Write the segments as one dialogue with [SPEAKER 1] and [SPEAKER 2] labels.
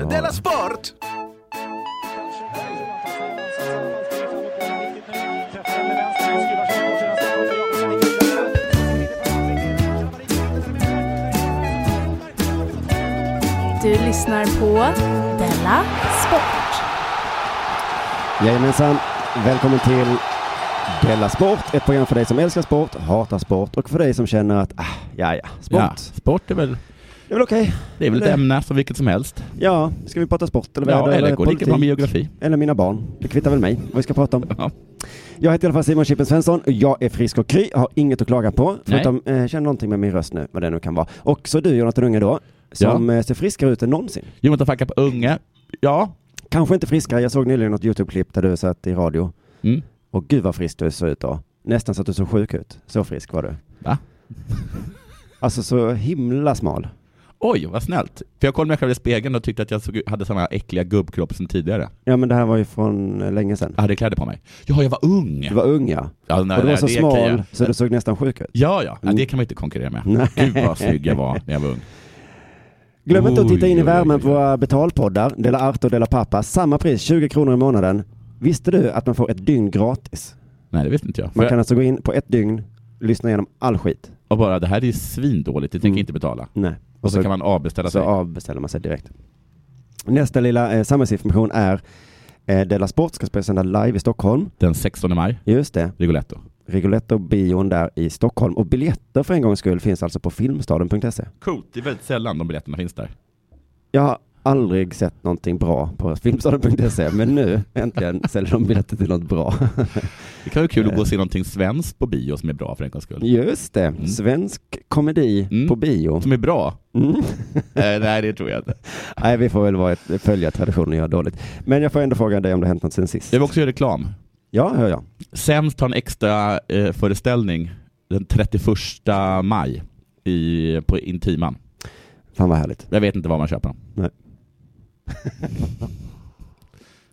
[SPEAKER 1] Della Sport!
[SPEAKER 2] Du lyssnar på Della Sport.
[SPEAKER 3] Jajamensan, välkommen till Della Sport, ett program för dig som älskar sport, hatar sport och för dig som känner att, ah, ja ja, sport,
[SPEAKER 4] Ja, sport är väl,
[SPEAKER 3] det är väl okej.
[SPEAKER 4] det är väl ett
[SPEAKER 3] Eller-
[SPEAKER 4] ämne som vilket som helst.
[SPEAKER 3] Ja, ska vi prata sport eller väder
[SPEAKER 4] Ja, eller går lika
[SPEAKER 3] politik?
[SPEAKER 4] bra med geografi.
[SPEAKER 3] Eller mina barn, det kvittar väl mig vad vi ska prata om.
[SPEAKER 4] Ja.
[SPEAKER 3] Jag heter i alla fall Simon Chippen Svensson, och jag är frisk och kry, har inget att klaga på, förutom eh, känner någonting med min röst nu, vad det nu kan vara. Och så du Jonathan Unge då, som eh, ser friskare ut än någonsin.
[SPEAKER 4] Jonathan Facka på Unge. Ja.
[SPEAKER 3] Kanske inte friskare, jag såg nyligen något YouTube-klipp där du satt i radio
[SPEAKER 4] Mm.
[SPEAKER 3] och gud vad frisk du såg ut då. Nästan så att du såg sjuk ut, så frisk var du.
[SPEAKER 4] Va?
[SPEAKER 3] Alltså så himla smal.
[SPEAKER 4] Oj, vad snällt. För jag kollade mig själv i spegeln och tyckte att jag såg, hade samma äckliga gubbkropp som tidigare.
[SPEAKER 3] Ja men det här var ju från eh, länge sedan.
[SPEAKER 4] Jag hade kläder på mig. Ja, jag var ung.
[SPEAKER 3] Du var ung ja.
[SPEAKER 4] Ja, nej,
[SPEAKER 3] och du var
[SPEAKER 4] nej,
[SPEAKER 3] så
[SPEAKER 4] det kan
[SPEAKER 3] smal
[SPEAKER 4] jag-
[SPEAKER 3] så du såg nästan sjuk ut.
[SPEAKER 4] Ja, ja. Nej,
[SPEAKER 3] Mm.
[SPEAKER 4] det kan man inte konkurrera med.
[SPEAKER 3] Nej.
[SPEAKER 4] Gud vad snygg jag var när jag var ung.
[SPEAKER 3] Glöm inte att titta in i
[SPEAKER 4] Oj, oj,
[SPEAKER 3] värmen
[SPEAKER 4] oj.
[SPEAKER 3] på våra betalpoddar, Dela Arte och Dela Pappa. Samma pris, 20 kronor i månaden. Visste du att man får ett dygn gratis?
[SPEAKER 4] Nej, det visste inte jag. För
[SPEAKER 3] Man kan alltså gå in på ett dygn, lyssna igenom all skit.
[SPEAKER 4] Och bara, det här är ju svindåligt, det tänker
[SPEAKER 3] Mm.
[SPEAKER 4] jag inte betala.
[SPEAKER 3] Nej.
[SPEAKER 4] Och så kan man avbeställa
[SPEAKER 3] så
[SPEAKER 4] sig.
[SPEAKER 3] avbeställer man sig direkt. Nästa lilla eh, samhällsinformation är eh, Della Sport ska spela sända live i Stockholm.
[SPEAKER 4] Den 16 maj,
[SPEAKER 3] Just det,
[SPEAKER 4] Rigoletto.
[SPEAKER 3] Rigoletto-bion där i Stockholm. Och biljetter för en gångs skull finns alltså på filmstaden.se.
[SPEAKER 4] Coolt, det är väldigt sällan de biljetterna finns där.
[SPEAKER 3] Jag har aldrig sett någonting bra på filmstaden.se, men nu äntligen säljer de biljetter till något bra.
[SPEAKER 4] Det kan vara kul att gå och se någonting svenskt på bio som är bra för en gångs skull.
[SPEAKER 3] Just det, svensk komedi
[SPEAKER 4] Mm.
[SPEAKER 3] på bio.
[SPEAKER 4] Som är bra?
[SPEAKER 3] Mm.
[SPEAKER 4] Eh, nej, det tror jag inte.
[SPEAKER 3] Nej, vi får väl vara ett, följa traditionen och göra dåligt. Men jag får ändå fråga dig om det hänt något sen sist.
[SPEAKER 4] Jag vill också göra reklam.
[SPEAKER 3] Ja, hör jag.
[SPEAKER 4] Sämst har en extra eh, föreställning den 31 maj i, på Intiman.
[SPEAKER 3] Fan vad härligt.
[SPEAKER 4] Jag vet inte var man köper den.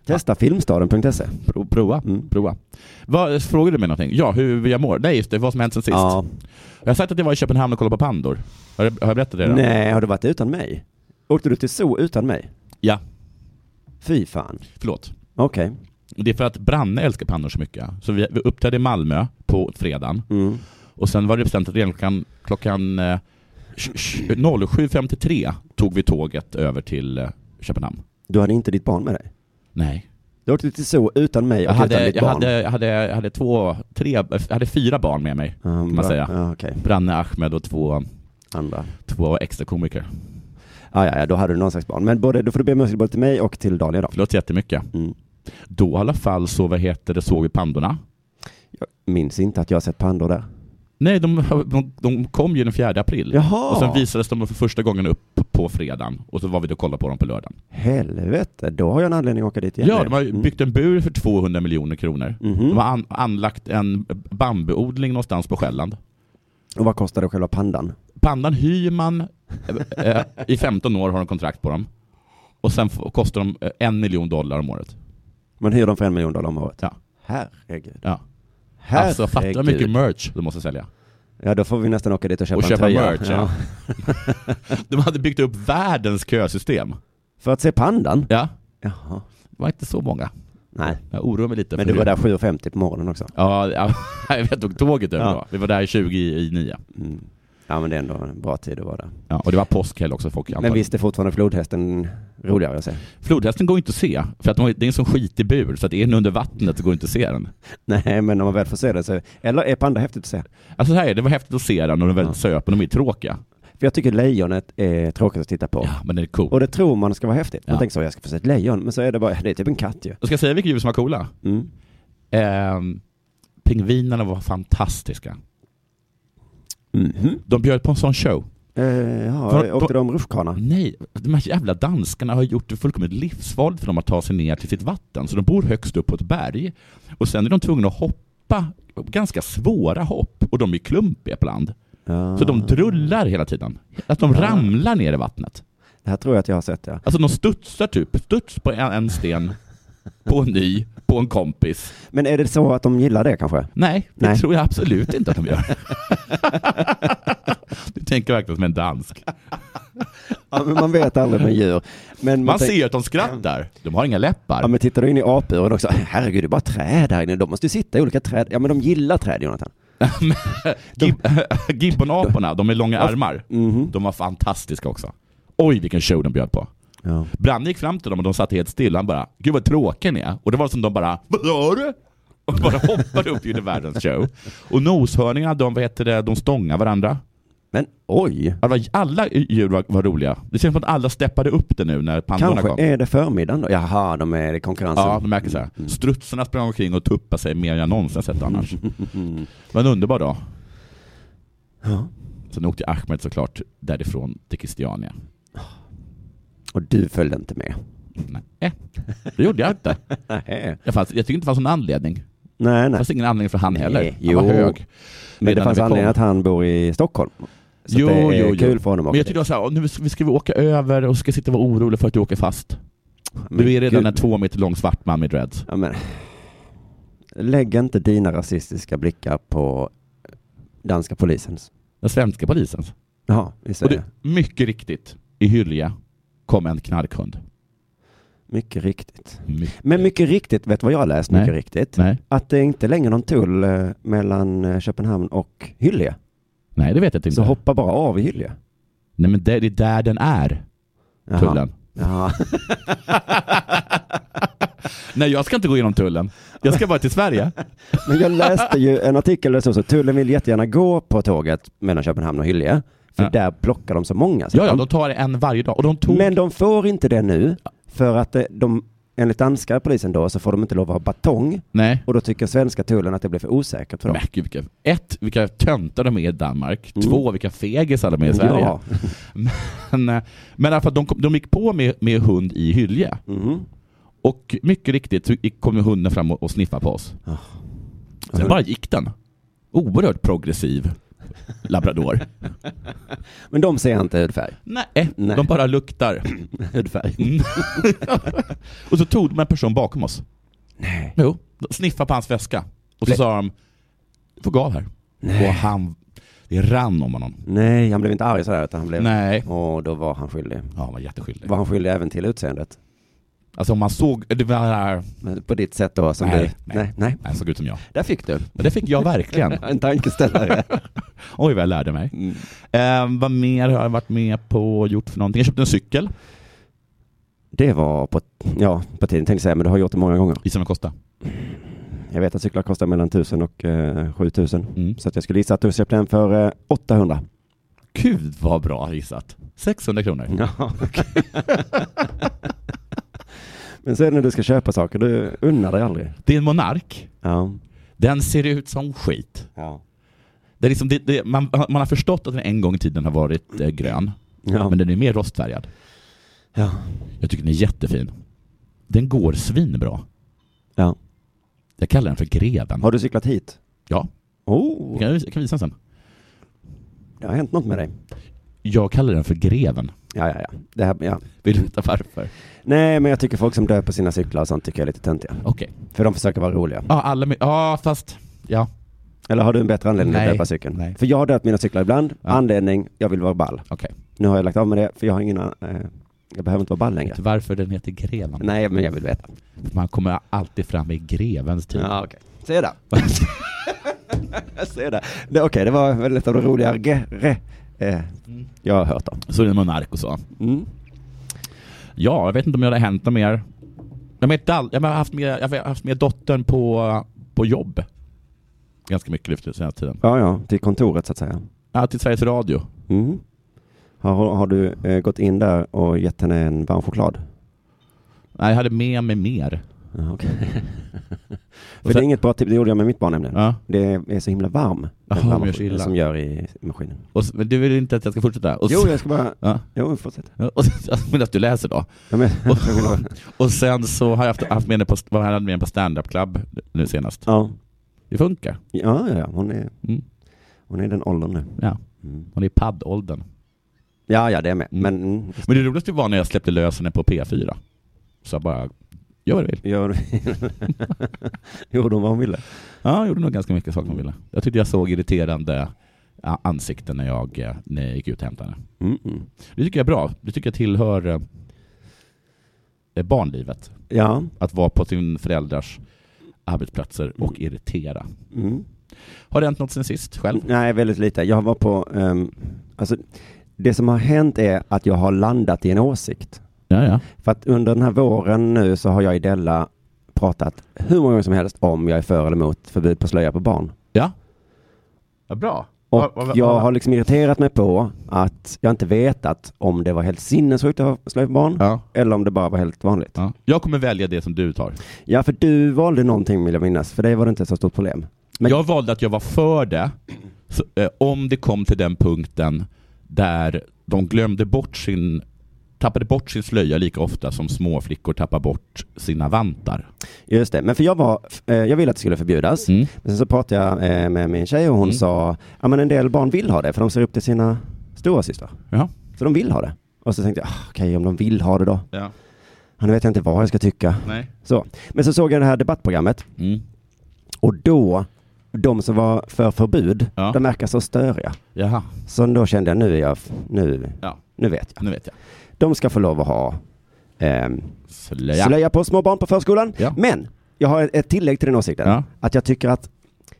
[SPEAKER 3] Testa filmstaden.se.
[SPEAKER 4] Pro, prova.
[SPEAKER 3] Mm.
[SPEAKER 4] Prova. Vad, frågade du mig någonting? Ja, hur jag mår? Nej, just det, vad som hänt sen sist.
[SPEAKER 3] Ja.
[SPEAKER 4] Jag har sagt att jag var i Köpenhamn och kollade på pandor. Har jag, har jag berättat det redan?
[SPEAKER 3] Nej, har du varit utan mig? Åkte du till zoo utan mig?
[SPEAKER 4] Ja,
[SPEAKER 3] Fy fan.
[SPEAKER 4] förlåt.
[SPEAKER 3] Okej.
[SPEAKER 4] Det är för att Branne älskar pandor så mycket. Så vi, vi uppträdde i Malmö på fredagen
[SPEAKER 3] Mm.
[SPEAKER 4] och sen var det bestämt att redan klockan, klockan eh, 07.53 tog vi tåget över till eh, Köpenhamn.
[SPEAKER 3] Du hade inte ditt barn med dig?
[SPEAKER 4] Nej.
[SPEAKER 3] Du åkte till zoo utan mig och
[SPEAKER 4] Jag
[SPEAKER 3] utan
[SPEAKER 4] hade,
[SPEAKER 3] ditt
[SPEAKER 4] jag,
[SPEAKER 3] barn?
[SPEAKER 4] hade, jag, hade, jag hade två, tre, jag hade fyra barn med mig.
[SPEAKER 3] Ja,
[SPEAKER 4] man
[SPEAKER 3] bra.
[SPEAKER 4] säga.
[SPEAKER 3] Ja, okej.
[SPEAKER 4] Branne, Ahmed och två,
[SPEAKER 3] Andra.
[SPEAKER 4] två extra komiker.
[SPEAKER 3] Ah, ja, ja, då hade du någon slags barn. Men både, då får du be om ursäkt både till mig och till Daniel då.
[SPEAKER 4] Förlåt jättemycket.
[SPEAKER 3] Mm.
[SPEAKER 4] Då i alla fall så, vad heter det, såg vi pandorna.
[SPEAKER 3] Minns inte att jag har sett pandor där.
[SPEAKER 4] Nej, de, de, de kom ju den 4 april.
[SPEAKER 3] Jaha!
[SPEAKER 4] Och sen visades de för första gången upp på fredagen. Och så var vi då och kollade på dem på lördagen.
[SPEAKER 3] Helvete, då har jag en anledning att åka dit igen.
[SPEAKER 4] Ja, de har ju byggt en bur för 200 miljoner kronor.
[SPEAKER 3] Mm.
[SPEAKER 4] De
[SPEAKER 3] Mhm.
[SPEAKER 4] har an, anlagt en bambuodling någonstans på Själland.
[SPEAKER 3] Och vad kostade själva pandan?
[SPEAKER 4] Pandan hyr man, eh, eh, i 15 år har de kontrakt på dem. Och sen f- kostar de eh, en miljon dollar om året.
[SPEAKER 3] Man hyr dem för en miljon dollar om året.
[SPEAKER 4] Ja.
[SPEAKER 3] Herregud.
[SPEAKER 4] Ja.
[SPEAKER 3] Herregud.
[SPEAKER 4] Alltså fatta hur mycket merch de måste sälja.
[SPEAKER 3] Ja, då får vi nästan åka dit och köpa
[SPEAKER 4] och
[SPEAKER 3] en
[SPEAKER 4] köpa
[SPEAKER 3] tröja.
[SPEAKER 4] merch. Ja. de hade byggt upp världens kösystem.
[SPEAKER 3] För att se pandan?
[SPEAKER 4] Ja,
[SPEAKER 3] Jaha.
[SPEAKER 4] det var inte så många.
[SPEAKER 3] Nej,
[SPEAKER 4] Jag oroar mig lite.
[SPEAKER 3] men
[SPEAKER 4] för
[SPEAKER 3] du var
[SPEAKER 4] det.
[SPEAKER 3] där 7.50 på morgonen också.
[SPEAKER 4] Ja, ja jag tog tåget över
[SPEAKER 3] Ja.
[SPEAKER 4] då. Vi var där i 20 i, i nio.
[SPEAKER 3] Mm. Ja, men det är ändå en bra tid att vara där.
[SPEAKER 4] Ja, och det var påskhelg också. Folk
[SPEAKER 3] Men
[SPEAKER 4] antagligen.
[SPEAKER 3] visst är fortfarande flodhästen roligare att se?
[SPEAKER 4] Flodhästen går inte att se, för att de har- det är en sån skitig bur, så att är den under vattnet så går det inte att se den.
[SPEAKER 3] Nej, men om man väl får se det så... Eller är panda häftigt att se?
[SPEAKER 4] Alltså så här, är det, det var häftigt att se den och de är väldigt
[SPEAKER 3] Ja.
[SPEAKER 4] söp och de är tråkiga.
[SPEAKER 3] För jag tycker lejonet är tråkigt att titta på.
[SPEAKER 4] Ja, men det är cool.
[SPEAKER 3] Och det tror man ska vara häftigt. Man
[SPEAKER 4] Ja.
[SPEAKER 3] tänker så, jag ska få se ett lejon. Men så är det bara, det är typ en katt ju.
[SPEAKER 4] Jag ska säga vilka djur som var coola.
[SPEAKER 3] Mm.
[SPEAKER 4] Ehm, pingvinerna var fantastiska.
[SPEAKER 3] Mhm.
[SPEAKER 4] De bjöd på en sån show.
[SPEAKER 3] Eh, ja,
[SPEAKER 4] Var-
[SPEAKER 3] åkte de rutschkana?
[SPEAKER 4] Nej, de här jävla danskarna har gjort det fullkomligt livsfarligt för dem att ta sig ner till sitt vatten. Så de bor högst upp på ett berg. Och sen är de tvungna att hoppa ganska svåra hopp. Och de är klumpiga ibland.
[SPEAKER 3] Ja.
[SPEAKER 4] Så de drullar hela tiden. Att de
[SPEAKER 3] Ah.
[SPEAKER 4] ramlar ner i vattnet.
[SPEAKER 3] Det här tror jag att jag har sett, ja.
[SPEAKER 4] Alltså de studsar typ. Studs på en, en sten, på en ny, på en kompis.
[SPEAKER 3] Men är det så att de gillar det kanske?
[SPEAKER 4] Nej, det
[SPEAKER 3] Nej.
[SPEAKER 4] tror jag absolut inte att de gör. Du tänker verkligen som en dansk.
[SPEAKER 3] Ja, men man vet aldrig med djur. Men
[SPEAKER 4] Man
[SPEAKER 3] tänk-
[SPEAKER 4] ser att de skrattar. De har inga
[SPEAKER 3] Ja,
[SPEAKER 4] läppar.
[SPEAKER 3] men tittar du in i apuren också, herregud det är bara träd här inne, de måste ju sitta i olika träd. Ja men de gillar träd Jonathan.
[SPEAKER 4] Gib- Gibbonaporna, de med långa armar.
[SPEAKER 3] Mhm.
[SPEAKER 4] De var fantastiska också. Oj, vilken show de bjöd på.
[SPEAKER 3] Ja.
[SPEAKER 4] Branne gick fram till dem och de satt helt still. Han bara, gud vad tråkiga ni är. Och det var som de bara, vad gör du? Och bara hoppade upp och gjorde världens show. Och noshörningarna, de, vad heter det, de stångade varandra.
[SPEAKER 3] Men oj,
[SPEAKER 4] Ja, det var- Alla djur var, var roliga. Det känns som att alla steppade upp det nu när pandorna
[SPEAKER 3] kanske
[SPEAKER 4] kom.
[SPEAKER 3] är det förmiddagen då? Jaha, de är i konkurrensen.
[SPEAKER 4] Ja, de märker så här.
[SPEAKER 3] Mm.
[SPEAKER 4] Strutsarna sprang omkring och tuppade sig mer än någonsin sett annars. Men underbar dag.
[SPEAKER 3] Ja.
[SPEAKER 4] Sen åkte Ahmed såklart därifrån till Christiania.
[SPEAKER 3] Och du följde inte med?
[SPEAKER 4] Nej, Eh, det gjorde jag inte.
[SPEAKER 3] Nej,
[SPEAKER 4] Jag, fanns, jag tyckte inte det fanns någon anledning. Det
[SPEAKER 3] nej. nej.
[SPEAKER 4] fanns ingen anledning för han
[SPEAKER 3] Nej,
[SPEAKER 4] heller. Han
[SPEAKER 3] jo.
[SPEAKER 4] var hög.
[SPEAKER 3] Men det
[SPEAKER 4] Redan
[SPEAKER 3] fanns
[SPEAKER 4] när vi
[SPEAKER 3] anledning
[SPEAKER 4] kom.
[SPEAKER 3] att han bor i Stockholm. Så
[SPEAKER 4] Jo,
[SPEAKER 3] att det är
[SPEAKER 4] jo, jo.
[SPEAKER 3] kul för honom
[SPEAKER 4] Men jag tyckte det var såhär, nu ska vi, ska vi åka över och ska sitta och vara oroliga för att du åker fast. Du är redan en två meter lång svart man med dreads.
[SPEAKER 3] Ja, men. Lägg inte dina rasistiska blickar på danska polisens.
[SPEAKER 4] Den svenska polisens.
[SPEAKER 3] Jaha, i
[SPEAKER 4] Och
[SPEAKER 3] Sverige.
[SPEAKER 4] det, mycket riktigt, i Hyllie kom en knarkhund.
[SPEAKER 3] Mycket riktigt.
[SPEAKER 4] My-
[SPEAKER 3] Men mycket riktigt, vet du vad jag har läst
[SPEAKER 4] Nej.
[SPEAKER 3] mycket riktigt?
[SPEAKER 4] Nej.
[SPEAKER 3] Att det är inte längre någon tull eh, mellan eh, Köpenhamn och Hyllie.
[SPEAKER 4] Nej, det vet jag inte.
[SPEAKER 3] Så hoppa bara av i Hyllie.
[SPEAKER 4] Nej, men det, det är där den är,
[SPEAKER 3] Jaha.
[SPEAKER 4] tullen.
[SPEAKER 3] Jaha.
[SPEAKER 4] Nej, jag ska inte gå igenom tullen. Jag ska bara till Sverige.
[SPEAKER 3] Men jag läste ju en artikel där det stod så, tullen vill jättegärna gå på tåget mellan Köpenhamn och Hyllie. För
[SPEAKER 4] Ja.
[SPEAKER 3] där plockar de så många. Så
[SPEAKER 4] Ja, ja, de tar en varje dag. Och de tog...
[SPEAKER 3] Men de får inte det nu, för att eh, de, enligt danska polisen då, så får de inte lov att ha batong.
[SPEAKER 4] Nej.
[SPEAKER 3] Och då tycker svenska tullen att det blir för osäkert för dem.
[SPEAKER 4] Men gud, vilka, ett, vilka töntar de är i Danmark.
[SPEAKER 3] Mm.
[SPEAKER 4] Två, vilka fegisar de är i Sverige.
[SPEAKER 3] Ja.
[SPEAKER 4] Men, eh, men i alla fall, de, kom, de gick på med, med hund i Hylje.
[SPEAKER 3] Mhm.
[SPEAKER 4] Och mycket riktigt så gick- kom ju hunden fram och, och sniffade på oss.
[SPEAKER 3] Ah.
[SPEAKER 4] Sen bara gick den. Oerhört progressiv labrador.
[SPEAKER 3] Men de ser inte hudfärg.
[SPEAKER 4] Nej,
[SPEAKER 3] Nej.
[SPEAKER 4] de bara luktar.
[SPEAKER 3] hudfärg.
[SPEAKER 4] Mm. och så tog de en person bakom oss.
[SPEAKER 3] Nej.
[SPEAKER 4] Jo. De Sniffade på hans väska. Och så
[SPEAKER 3] Ble-
[SPEAKER 4] sa de, du får gå av här. Och han, det rann om honom.
[SPEAKER 3] Nej, han blev inte arg sådär utan han blev...
[SPEAKER 4] Nej.
[SPEAKER 3] Och då var han skyldig.
[SPEAKER 4] Ja, han var jätteskyldig.
[SPEAKER 3] Var han skyldig även till utseendet?
[SPEAKER 4] Alltså om man såg, det var,
[SPEAKER 3] Men På ditt sätt då? Som
[SPEAKER 4] Nej,
[SPEAKER 3] du...
[SPEAKER 4] nej.
[SPEAKER 3] nej. Nej.
[SPEAKER 4] han såg ut som jag.
[SPEAKER 3] Där fick du.
[SPEAKER 4] Men det fick jag verkligen.
[SPEAKER 3] En tankeställare.
[SPEAKER 4] Oj vad jag lärde mig. Eh, vad mer har jag varit med på och gjort för någonting? Jag köpte en cykel.
[SPEAKER 3] Det var på, ja, på tiden tänkte jag säga, men du har gjort det många gånger.
[SPEAKER 4] Gissa vad den kostade?
[SPEAKER 3] Jag vet att cyklar kostar mellan 1000 och eh, 7000.
[SPEAKER 4] Mm.
[SPEAKER 3] Så att jag skulle gissa att du köpte en för eh, 800.
[SPEAKER 4] Gud vad bra gissat. 600 kronor.
[SPEAKER 3] Ja, Men sen när du ska köpa saker, du unnar dig aldrig.
[SPEAKER 4] Det är en Monark.
[SPEAKER 3] Ja.
[SPEAKER 4] Den ser ut som skit.
[SPEAKER 3] Ja.
[SPEAKER 4] Det är liksom, det, det, man, man har förstått att den en gång i tiden har varit eh, grön,
[SPEAKER 3] Ja.
[SPEAKER 4] men den är mer rostfärgad.
[SPEAKER 3] ja.
[SPEAKER 4] Jag tycker den är jättefin. Den går svinbra.
[SPEAKER 3] Ja.
[SPEAKER 4] Jag kallar den för Greven.
[SPEAKER 3] Har du cyklat hit?
[SPEAKER 4] Ja, jag
[SPEAKER 3] Oh,
[SPEAKER 4] kan, jag kan visa den sen.
[SPEAKER 3] det har hänt något med dig.
[SPEAKER 4] Jag kallar den för Greven.
[SPEAKER 3] Ja, ja, ja. Det här, ja.
[SPEAKER 4] Vill du veta varför?
[SPEAKER 3] Nej, men jag tycker folk som döper sina cyklar och sånt tycker jag är lite töntiga.
[SPEAKER 4] Okej.
[SPEAKER 3] För de försöker vara roliga.
[SPEAKER 4] Ja, alla med, ja, fast... Ja,
[SPEAKER 3] Eller har du en bättre anledning
[SPEAKER 4] Nej.
[SPEAKER 3] att döpa cykeln?
[SPEAKER 4] Nej.
[SPEAKER 3] För jag har döpt mina cyklar ibland.
[SPEAKER 4] Ja.
[SPEAKER 3] Anledning, jag vill vara ball.
[SPEAKER 4] okej.
[SPEAKER 3] Nu har jag lagt av med det, för jag har ingen an- eh, Jag behöver inte vara ball längre.
[SPEAKER 4] Vet du varför den heter Greven?
[SPEAKER 3] Nej, men jag vill veta.
[SPEAKER 4] Man kommer alltid fram i grevens tid.
[SPEAKER 3] Ja, okej. Se där. Se där. Det- Okej, det var väl ett av de roligare ge- re- eh, jag har hört om.
[SPEAKER 4] Så är det en monark och så.
[SPEAKER 3] Mm.
[SPEAKER 4] Ja, jag vet inte om jag har hänt något mer. Jag, vet, inte all- jag har haft med, jag har haft med dottern på, på jobb. Ganska mycket lyft den senaste tiden.
[SPEAKER 3] Ja, ja, till kontoret så att säga.
[SPEAKER 4] Ja, till Sveriges Radio.
[SPEAKER 3] Mm. Har, har du eh, gått in där och gett henne en varm choklad?
[SPEAKER 4] Nej, jag hade med mig mer.
[SPEAKER 3] Ja, okej. För
[SPEAKER 4] Och
[SPEAKER 3] det är
[SPEAKER 4] sen,
[SPEAKER 3] inget bra tips, det gjorde jag med mitt barn nämligen.
[SPEAKER 4] ja.
[SPEAKER 3] Det är så himla varm. den
[SPEAKER 4] Jaha,
[SPEAKER 3] varma
[SPEAKER 4] men jag ser illa.
[SPEAKER 3] som gör i i maskinen.
[SPEAKER 4] och, s- men du vill inte att jag ska fortsätta? Och, s-
[SPEAKER 3] Jo, jag ska bara...
[SPEAKER 4] Ja.
[SPEAKER 3] Jo, fortsätt.
[SPEAKER 4] Ja, Och, sen- men att du läser då.
[SPEAKER 3] Ja, men...
[SPEAKER 4] Och, och sen så har jag haft, haft med henne på, vad jag hade med henne på stand-up club nu senast.
[SPEAKER 3] ja.
[SPEAKER 4] Det funkar.
[SPEAKER 3] Ja, ja, ja. Hon, är,
[SPEAKER 4] Mm.
[SPEAKER 3] hon är i den åldern nu.
[SPEAKER 4] Ja.
[SPEAKER 3] Mm.
[SPEAKER 4] Hon är i paddåldern.
[SPEAKER 3] Ja, ja, det är med.
[SPEAKER 4] Mm.
[SPEAKER 3] Men mm,
[SPEAKER 4] Men det roligaste var när jag släppte lös henne på P4. Så jag bara, gör vad du vill.
[SPEAKER 3] Gör... gjorde hon vad hon ville?
[SPEAKER 4] Ja, jag gjorde nog ganska mycket saker man ville. Jag tyckte jag såg irriterande a- ansikte när jag, eh, när jag gick ut och hämtade henne.
[SPEAKER 3] Mm, mm.
[SPEAKER 4] Det tycker jag är bra. Det tycker jag tillhör eh, eh, barnlivet.
[SPEAKER 3] Ja.
[SPEAKER 4] Att vara på sin föräldrars arbetsplatser och irritera.
[SPEAKER 3] Mm.
[SPEAKER 4] Har det hänt något sen sist själv?
[SPEAKER 3] Nej, väldigt lite. Jag var på, ehm, alltså, det som har hänt är att jag har landat i en åsikt.
[SPEAKER 4] Ja, ja.
[SPEAKER 3] För att under den här våren nu så har jag i Della pratat hur många gånger som helst om jag är för eller emot förbud på slöja på barn.
[SPEAKER 4] Ja. ja bra.
[SPEAKER 3] Och
[SPEAKER 4] Vad- vad- vad-
[SPEAKER 3] jag har liksom irriterat mig på att jag inte vetat om det var helt sinnessjukt att ha slöja på barn
[SPEAKER 4] Ja.
[SPEAKER 3] eller om det bara var helt vanligt.
[SPEAKER 4] Ja. Jag kommer välja det som du tar.
[SPEAKER 3] Ja, för du valde någonting vill jag minnas. För dig var det inte ett så stort problem. Men-
[SPEAKER 4] Jag valde att jag var för det så, eh, om det kom till den punkten där de glömde bort sin tappade bort sin slöja lika ofta som små flickor tappar bort sina vantar.
[SPEAKER 3] Just det, men för jag var, eh, jag ville att det skulle förbjudas.
[SPEAKER 4] Mm.
[SPEAKER 3] Men sen så pratade jag eh, med min tjej och hon
[SPEAKER 4] Mm.
[SPEAKER 3] sa, ja men en del barn vill ha det för de ser upp till sina stora systrar.
[SPEAKER 4] Ja.
[SPEAKER 3] Så de vill ha det. Och så tänkte jag, ah, okej om de vill ha det då.
[SPEAKER 4] ja.
[SPEAKER 3] Ja, nu vet jag inte vad jag ska tycka.
[SPEAKER 4] Nej.
[SPEAKER 3] Så. Men så såg jag det här debattprogrammet
[SPEAKER 4] Mm.
[SPEAKER 3] och då, de som var för förbud,
[SPEAKER 4] Ja.
[SPEAKER 3] de verkar så störiga.
[SPEAKER 4] Jaha,
[SPEAKER 3] Så då kände jag, nu är jag, f- nu,
[SPEAKER 4] Ja.
[SPEAKER 3] nu vet jag.
[SPEAKER 4] nu vet jag.
[SPEAKER 3] De ska få lov att ha ehm,
[SPEAKER 4] Slöja.
[SPEAKER 3] slöja på små barn på förskolan.
[SPEAKER 4] Ja.
[SPEAKER 3] Men, jag har ett tillägg till den åsikten.
[SPEAKER 4] Ja.
[SPEAKER 3] Att jag tycker att,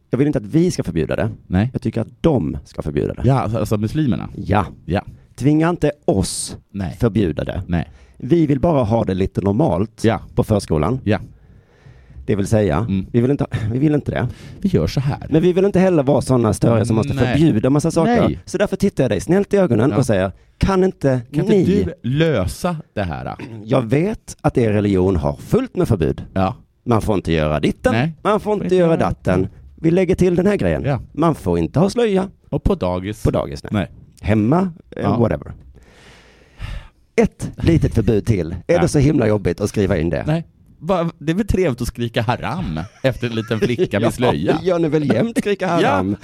[SPEAKER 3] jag vill inte att vi ska förbjuda det.
[SPEAKER 4] Nej.
[SPEAKER 3] Jag tycker att de ska förbjuda det.
[SPEAKER 4] Ja, alltså alltså muslimerna.
[SPEAKER 3] Ja.
[SPEAKER 4] Ja.
[SPEAKER 3] Tvinga inte oss
[SPEAKER 4] Nej.
[SPEAKER 3] förbjuda det.
[SPEAKER 4] Nej.
[SPEAKER 3] Vi vill bara ha det lite normalt
[SPEAKER 4] Ja.
[SPEAKER 3] på förskolan.
[SPEAKER 4] Ja.
[SPEAKER 3] Det vill säga,
[SPEAKER 4] Mm.
[SPEAKER 3] vi, vill inte, vi vill inte det.
[SPEAKER 4] Vi gör så här.
[SPEAKER 3] Men vi vill inte heller vara sådana störiga som måste
[SPEAKER 4] Nej.
[SPEAKER 3] förbjuda massa saker.
[SPEAKER 4] Nej.
[SPEAKER 3] Så därför tittar jag dig snällt i ögonen
[SPEAKER 4] Ja.
[SPEAKER 3] och säger, kan inte
[SPEAKER 4] Kan
[SPEAKER 3] ni?
[SPEAKER 4] inte du lösa det här?
[SPEAKER 3] Jag vet att er religion har fullt med förbud.
[SPEAKER 4] Ja.
[SPEAKER 3] Man får inte göra ditten,
[SPEAKER 4] Nej.
[SPEAKER 3] man får inte göra datten. Vi lägger till den här grejen.
[SPEAKER 4] Ja.
[SPEAKER 3] Man får inte ha slöja
[SPEAKER 4] Och på dagis.
[SPEAKER 3] på dagis. Nej.
[SPEAKER 4] Nej.
[SPEAKER 3] hemma, eh,
[SPEAKER 4] Ja.
[SPEAKER 3] whatever. Ett litet förbud till. Är
[SPEAKER 4] Ja.
[SPEAKER 3] det så himla jobbigt att skriva in det?
[SPEAKER 4] Nej. Va- Det är väl trevligt att skrika haram efter en liten flicka med slöja?
[SPEAKER 3] Ja, det gör ni väl jämt, skrika haram.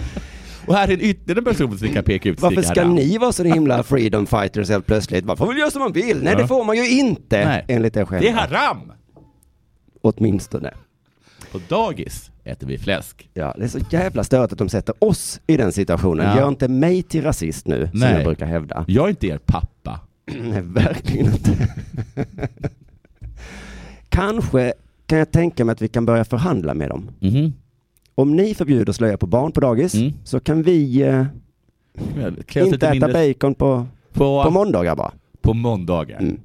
[SPEAKER 4] Och här är en ytterligare person som kan peka ut
[SPEAKER 3] Varför
[SPEAKER 4] Stig
[SPEAKER 3] ska
[SPEAKER 4] Haram.
[SPEAKER 3] ni vara så himla freedom fighters helt plötsligt? Man får väl göra som man vill? Nej,
[SPEAKER 4] Ja.
[SPEAKER 3] det får man ju inte,
[SPEAKER 4] Nej.
[SPEAKER 3] enligt er
[SPEAKER 4] Det är
[SPEAKER 3] själva.
[SPEAKER 4] haram!
[SPEAKER 3] Åtminstone.
[SPEAKER 4] På dagis äter vi fläsk.
[SPEAKER 3] Ja, det är så jävla stört att de sätter oss i den situationen.
[SPEAKER 4] Ja.
[SPEAKER 3] Gör inte mig till rasist nu, som
[SPEAKER 4] Nej.
[SPEAKER 3] jag brukar hävda.
[SPEAKER 4] Jag är inte er pappa.
[SPEAKER 3] Nej, verkligen inte. Kanske kan jag tänka mig att vi kan börja förhandla med dem.
[SPEAKER 4] Mhm.
[SPEAKER 3] Om ni förbjuder slöja på barn på dagis
[SPEAKER 4] Mm.
[SPEAKER 3] så kan vi eh,
[SPEAKER 4] Jag klär oss
[SPEAKER 3] inte äta
[SPEAKER 4] mindre-
[SPEAKER 3] bacon på,
[SPEAKER 4] på,
[SPEAKER 3] på måndagar bara.
[SPEAKER 4] på måndagar.
[SPEAKER 3] Mm.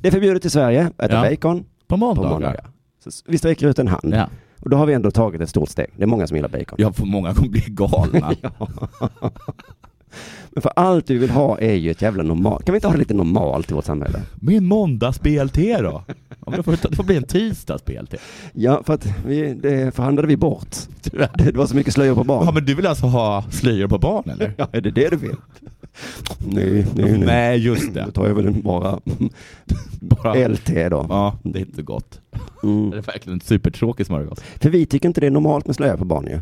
[SPEAKER 3] Det är förbjudet i Sverige att äta
[SPEAKER 4] Ja.
[SPEAKER 3] bacon
[SPEAKER 4] På
[SPEAKER 3] på
[SPEAKER 4] måndagar. Mm.
[SPEAKER 3] måndagar. Så s- vi sträcker ut en hand
[SPEAKER 4] Ja.
[SPEAKER 3] och då har vi ändå tagit ett stort steg. Det är många som gillar bacon.
[SPEAKER 4] ja, för många kommer bli galna.
[SPEAKER 3] Men för allt vi vill ha är ju ett jävla normalt. Kan vi inte ha det lite normalt i vårt samhälle?
[SPEAKER 4] Min måndags-BLT då? Ja, men det, får, det får bli en tisdags-BLT.
[SPEAKER 3] Ja, för att vi, det förhandlade vi bort.
[SPEAKER 4] Tyvärr.
[SPEAKER 3] Det var så mycket slöjor på
[SPEAKER 4] Ja,
[SPEAKER 3] barn.
[SPEAKER 4] men du vill alltså ha slöjor på barn eller?
[SPEAKER 3] Ja, är det det du vill? Nej, nej, nej.
[SPEAKER 4] Nej, just
[SPEAKER 3] Då
[SPEAKER 4] det.
[SPEAKER 3] tar jag väl en bara
[SPEAKER 4] Bara,
[SPEAKER 3] LT då.
[SPEAKER 4] ja, det är inte gott.
[SPEAKER 3] Mm.
[SPEAKER 4] Det är verkligen en supertråkig smörgås.
[SPEAKER 3] För vi tycker inte det är normalt med slöja på barn ju.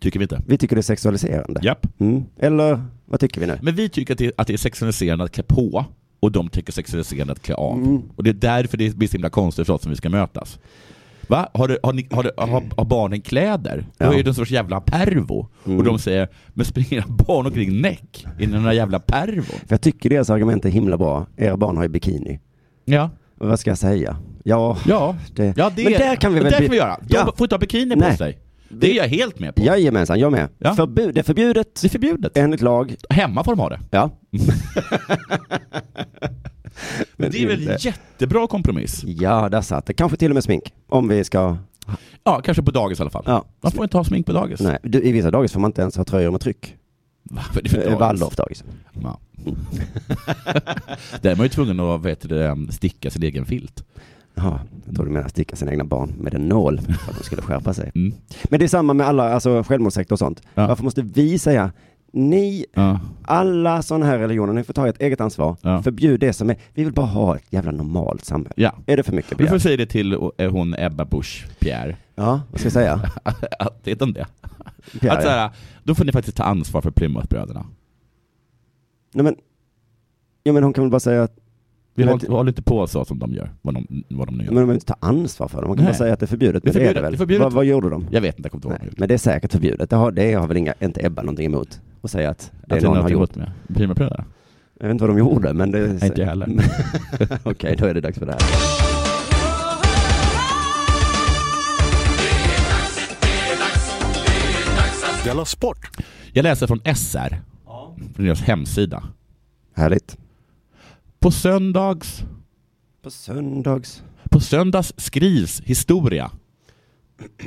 [SPEAKER 4] Tycker vi inte.
[SPEAKER 3] Vi tycker det är sexualiserande.
[SPEAKER 4] Japp.
[SPEAKER 3] Mm. Eller vad tycker vi nu?
[SPEAKER 4] Men vi tycker att det, att det är sexualiserande att klä på och de tycker sexualiserande att klä av.
[SPEAKER 3] Mm.
[SPEAKER 4] Och det är därför det blir så himla konstigt för oss som vi ska mötas. Va? Har, du, har, ni, har, du, har, har barnen kläder?
[SPEAKER 3] Ja.
[SPEAKER 4] Då är det en sorts jävla pervo.
[SPEAKER 3] Mm.
[SPEAKER 4] Och de säger, men springer era barn omkring näck i den här jävla pervo?
[SPEAKER 3] För jag tycker deras argument är himla bra. Era barn har ju bikini.
[SPEAKER 4] Ja.
[SPEAKER 3] Och vad ska jag säga? Ja,
[SPEAKER 4] Ja.
[SPEAKER 3] det...
[SPEAKER 4] ja det,
[SPEAKER 3] Men där kan vi
[SPEAKER 4] det
[SPEAKER 3] väl
[SPEAKER 4] där
[SPEAKER 3] bli-
[SPEAKER 4] kan vi göra. De
[SPEAKER 3] Ja.
[SPEAKER 4] får inte ha bikini
[SPEAKER 3] Nej.
[SPEAKER 4] på sig. Det är jag helt med på.
[SPEAKER 3] Jajamensan, jag med.
[SPEAKER 4] Ja.
[SPEAKER 3] Förbud, det är förbjudet
[SPEAKER 4] Det är förbjudet.
[SPEAKER 3] enligt lag.
[SPEAKER 4] Hemma får de ha det.
[SPEAKER 3] Ja.
[SPEAKER 4] Men det är väl en
[SPEAKER 3] inte-
[SPEAKER 4] jättebra kompromiss.
[SPEAKER 3] Ja, där satt det. Kanske till och med smink. Om vi ska...
[SPEAKER 4] Ja, kanske på dagis i alla fall.
[SPEAKER 3] Ja.
[SPEAKER 4] Man får inte ha smink på dagis.
[SPEAKER 3] Nej, du, i vissa dagis får man inte ens ha tröjor med tryck.
[SPEAKER 4] Va? Vad är det för
[SPEAKER 3] Eh,
[SPEAKER 4] dagis?
[SPEAKER 3] Waldorf-dagis.
[SPEAKER 4] Ja. Där är man ju tvungen att vet, du det, um, sticka sin egen filt.
[SPEAKER 3] Ja, jag tror du menar sticka sina egna barn med en nål för att de skulle skärpa sig.
[SPEAKER 4] Mm.
[SPEAKER 3] Men det är samma med alla, alltså självmordssektor och sånt.
[SPEAKER 4] Ja.
[SPEAKER 3] Varför måste vi säga, ni
[SPEAKER 4] Ja.
[SPEAKER 3] Alla sådana här religioner, ni får ta ert eget ansvar.
[SPEAKER 4] Ja.
[SPEAKER 3] Förbjud det som är, vi vill bara ha ett jävla normalt samhälle.
[SPEAKER 4] ja.
[SPEAKER 3] Är det för mycket
[SPEAKER 4] Du får
[SPEAKER 3] begärt?
[SPEAKER 4] säga det till eh, hon Ebba Busch Pierre.
[SPEAKER 3] Ja, vad ska jag säga?
[SPEAKER 4] Att, vet hon det?
[SPEAKER 3] Pierre,
[SPEAKER 4] Att, så här, då får ni faktiskt ta ansvar för Plymouthbröderna.
[SPEAKER 3] Nej men, ja men hon kan väl bara säga att,
[SPEAKER 4] Vi
[SPEAKER 3] Men
[SPEAKER 4] håller,
[SPEAKER 3] det-
[SPEAKER 4] håller inte på så som de gör, vad de, vad de nu
[SPEAKER 3] men
[SPEAKER 4] gör.
[SPEAKER 3] de behöver inte ta ansvar för det. Hon kan
[SPEAKER 4] Nej.
[SPEAKER 3] bara säga att det är förbjudet,
[SPEAKER 4] Det är
[SPEAKER 3] men det är det
[SPEAKER 4] förbjudet,
[SPEAKER 3] väl?
[SPEAKER 4] det är förbjudet.
[SPEAKER 3] Vad, vad gjorde de?
[SPEAKER 4] Jag vet inte, jag kommer inte ihåg.
[SPEAKER 3] Nej, men det är säkert förbjudet. Det har, det har väl inga, inte Ebba någonting emot? och säga att det
[SPEAKER 4] Att
[SPEAKER 3] någon
[SPEAKER 4] någon
[SPEAKER 3] har gjort.
[SPEAKER 4] med primapröda?
[SPEAKER 3] Jag vet inte vad de gjorde, men det...
[SPEAKER 4] Nej, inte jag heller.
[SPEAKER 3] Okej, då är det dags för det här.
[SPEAKER 1] Della Sport!
[SPEAKER 4] Jag läser från SR, från deras hemsida.
[SPEAKER 3] Härligt.
[SPEAKER 4] På söndags,
[SPEAKER 3] På söndags.
[SPEAKER 4] på söndags skrivs historia